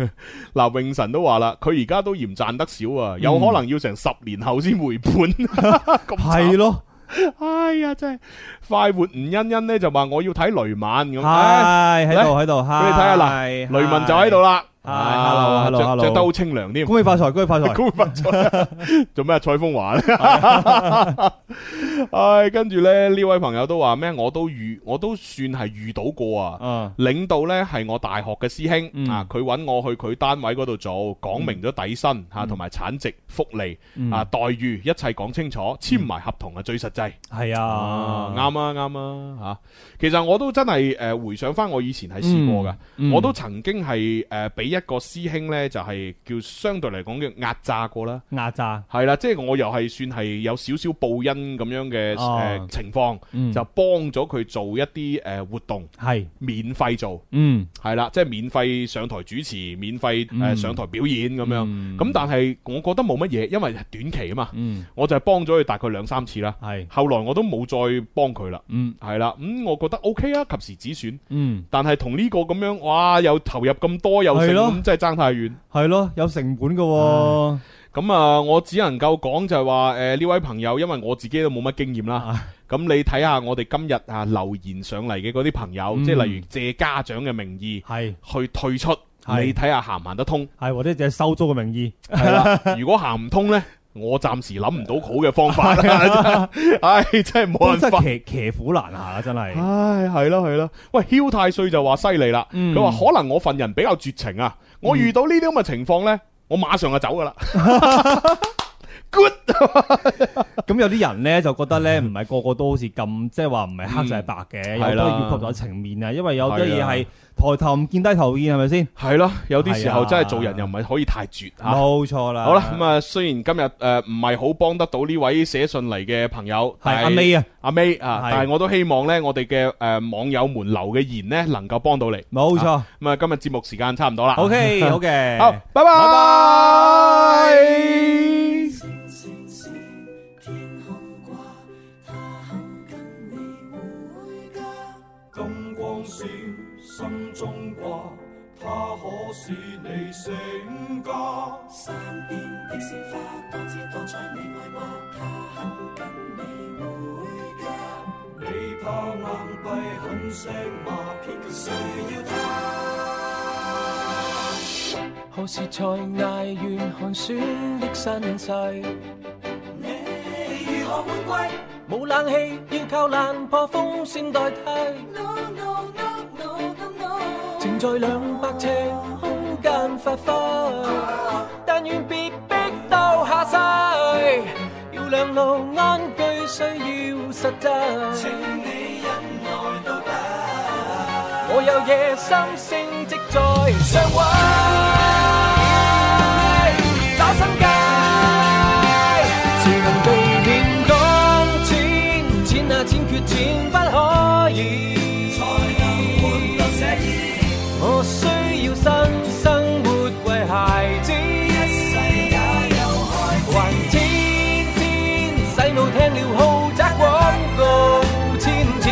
嗱，永神都話啦，佢而家都嫌賺得少啊，有可能要成十年後先回本。咁慘
係，咯，
哎呀，真係快活吳欣欣呢就話我要睇雷曼咁，
係喺度
唉
喺度，
俾你睇下嗱，
係
雷文就喺度。啦。啊
係，hello hello
着
hello，
着得好清涼添。
恭喜發財，
*laughs*
恭喜發財，
恭喜發
*laughs*
財！做咩啊？蔡風華咧？唉，跟住咧呢位朋友都話咩？我都遇，我都算係遇到過啊。領導呢係我大學嘅師
嗯
兄啊，佢揾我去佢單位嗰度做，講明咗底薪吓，同埋產值、福利
嗯
啊、待遇，一切講清楚，簽埋合同啊最實際。
係
啊
啊，
啱啊，啱啊，吓！其實我都真係诶回想翻我以前係試過噶，
嗯嗯
我都曾經係诶俾一個師兄呢，就係叫相對嚟講叫壓榨過啦。
壓榨。
係啦，即係我又係算係有少少報恩咁樣嘅誒、
哦
呃情況，
嗯
就幫咗佢做一啲誒、呃活動，
係
免費做，
嗯，
係啦，即係免費上台主持，免費誒、呃
嗯
上台表演咁樣。
嗯
咁、但係我覺得冇乜嘢，因為係短期啊嘛，
嗯
我就係幫咗佢大概兩三次啦。
係
後來我都冇再幫佢啦。
嗯
係啦，咁、我覺得 OK 啊，及時止損。
嗯。
但係同呢個咁樣，哇，又投入咁多又剩，
係咯
咁真係爭太遠。
係咯，有成本噶喎。
咁啊，我只能夠講就係話，诶、呢位朋友，因為我自己都冇乜經驗啦。
啊
咁你睇下我哋今日啊留言上嚟嘅嗰啲朋友，
嗯
即係例如借家長嘅名義
係
去退出，
係
你睇下行唔行得通？
係或者就係收租嘅名義。
系啦，如果行唔通呢，我暫時諗唔到好嘅方法
係
啦
*laughs* 啊。
唉，真係冇
真
辦法。
係騎騎虎難下啦，真係。
唉，係咯係咯，喂，囂太歲就話犀利啦，
嗯
佢話、可能我份人比較絕情啊，我遇到呢啲咁嘅情況呢，我馬上就走噶啦。
咁有啲人咧就覺得咧唔係個個都好似咁，即係話唔係黑就係白嘅，
嗯
有好
係啦
多要及咗情面啊。因為有啲嘢
係啊
係抬頭唔見低頭見，係咪先？
係 *laughs* 咯，有啲時候
係啊
真係做人又唔係啊可以太絕吓。
冇錯啦。
好啦，咁啊，雖然今日诶唔係好幫得到呢位寫信嚟嘅朋友，但係
阿 May 啊，
阿 May 啊，
係
但係我都希望呢，我哋嘅诶网友們留嘅言呢，能夠幫到你。
冇錯
啊。咁啊，今日節目時間差唔多啦。
OK，好嘅
*laughs* 好，拜拜。
金光閃，心中掛，它可使你醒家。山邊的鮮花多姿多彩，你愛嗎？它很緊你回家。你怕硬幣很石嗎？偏卻需要它。
何時才捱完寒酸的身世？
你如何換季？
冇冷氣，要靠爛破風扇代替。情在兩百尺空間發揮，但願別逼到下世，要兩路安居需要實質。請你忍耐到底。我有野心，升職在上位，找新界，只能避免講錢，錢啊錢缺錢不可以，才能活到寫意。我需要新生活為孩子，一世也有開支，還天天洗腦聽了豪宅廣告千次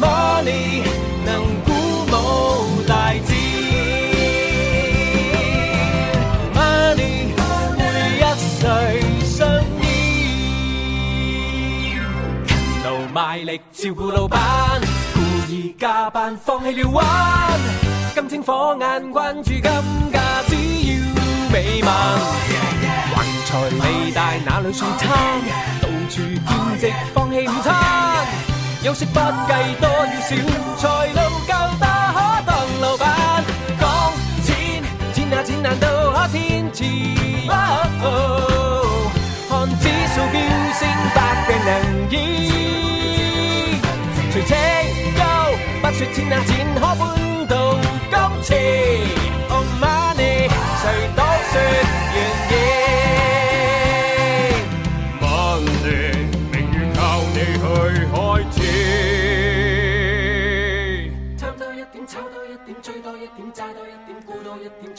，money 能鼓舞大志，money 會一世相依，勤勞賣力照顧老闆。而加班放棄了玩，金睛火眼關注金價，只要美萬。橫財未大哪裏算差，到處兼職放棄午餐，休息不計多與少，財路夠大可當老闆。講錢錢啊錢難道可天賜？哦哦看指數飆升，百病能醫。除清高，不說錢啊錢可搬到今次。Oh money，誰都說願意。
Money，明月靠你去開始。
貪多一點，炒多一點，追多一點，揸多一點，沽多一點，搶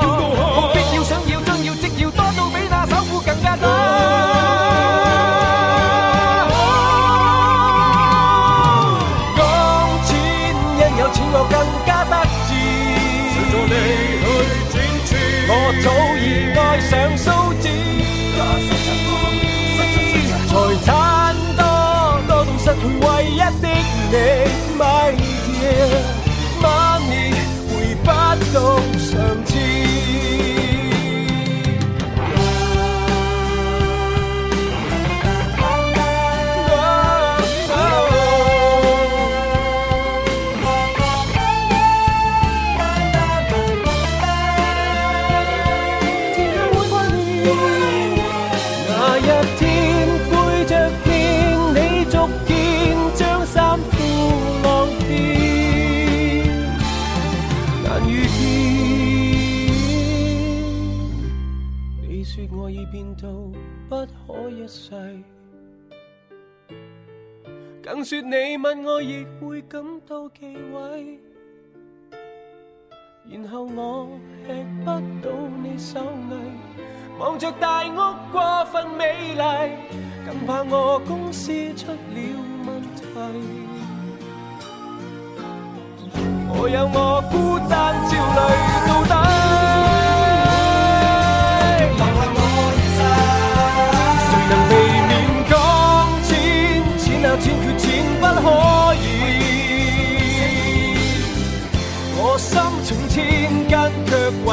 要到學
冇必要想要將要即要多到比那首富更加多。講錢，因有錢我更加得意。
隨著你去展翅，
我早已愛上數字，財產多多到失去唯一的你，My dear，money 回不到上次。那一天背着面，你逐漸將衫褲浪變，難預見。你說我已變到不可一世，更說你問我亦會感到忌諱，然後我吃不到你手藝。望着大屋過分美麗，更怕我公司出了問題。我有我孤單焦慮到底，留下我一世。誰能避免講錢？錢啊錢缺錢不可以。我心情千斤，卻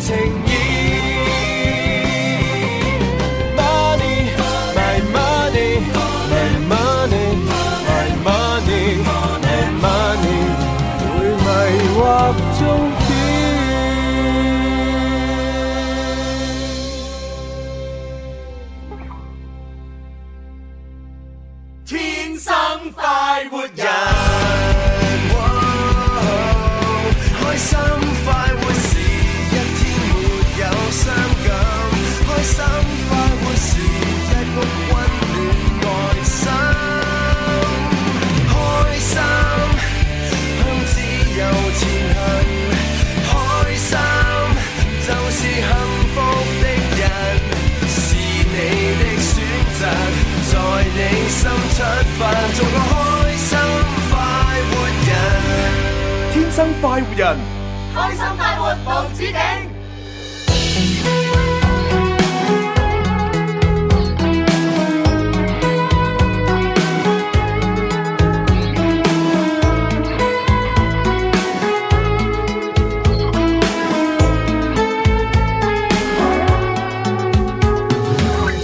情意。Money, my money, my money, my money, my money，會迷惑終點。
天生快活人，
開心快活是一天沒有傷感，開心快活是一屋溫暖愛心，開心向自由前行，開心就是幸福的人，是你的選擇，在你心出發，做個開心
快活人。
开心快活无止境。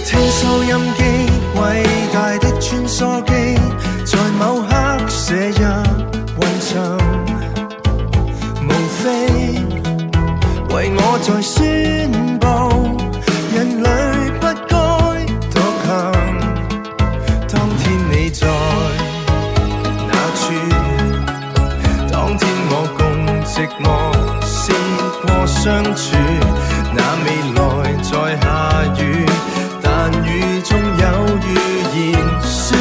聽收音機，偉大的穿梭機，在某刻寫入雲層，無非為我在宣佈，人類不該獨行。當天你在哪處？當天我共寂寞試過相處，那未來在下雨。但雨中有預言書。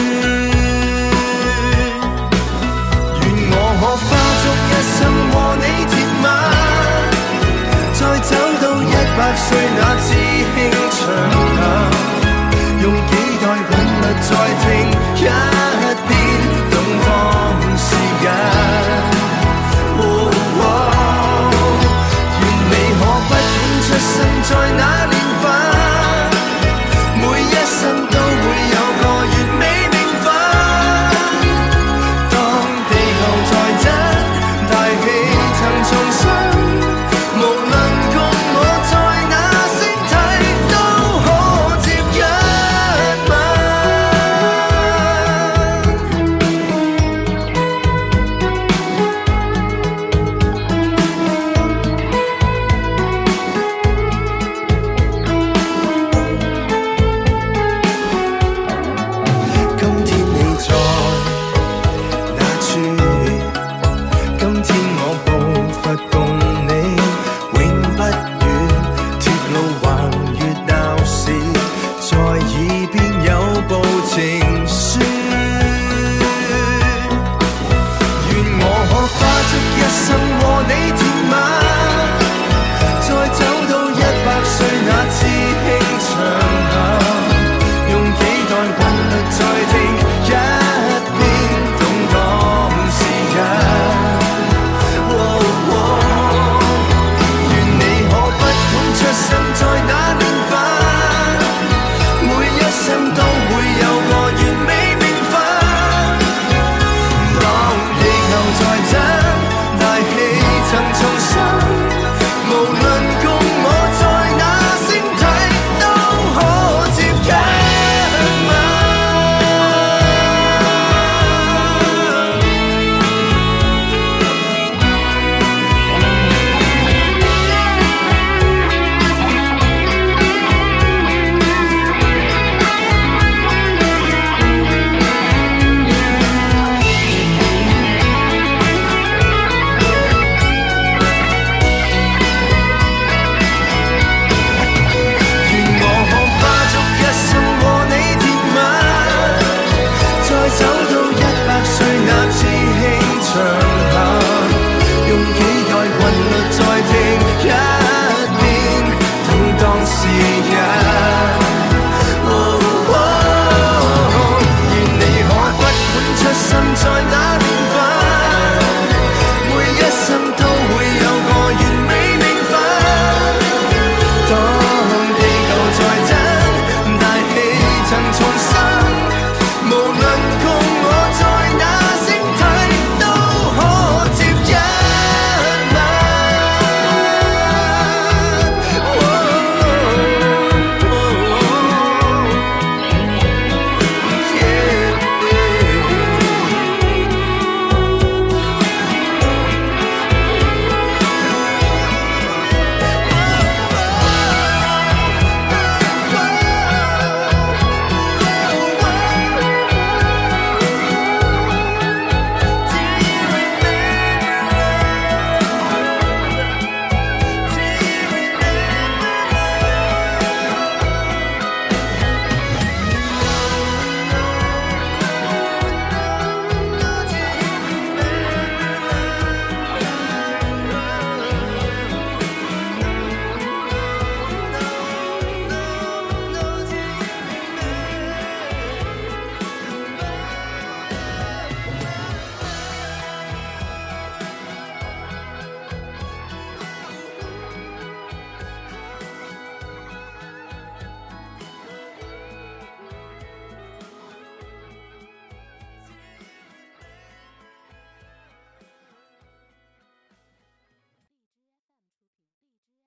願我可花足一生和你接吻，再走到一百歲那啊哦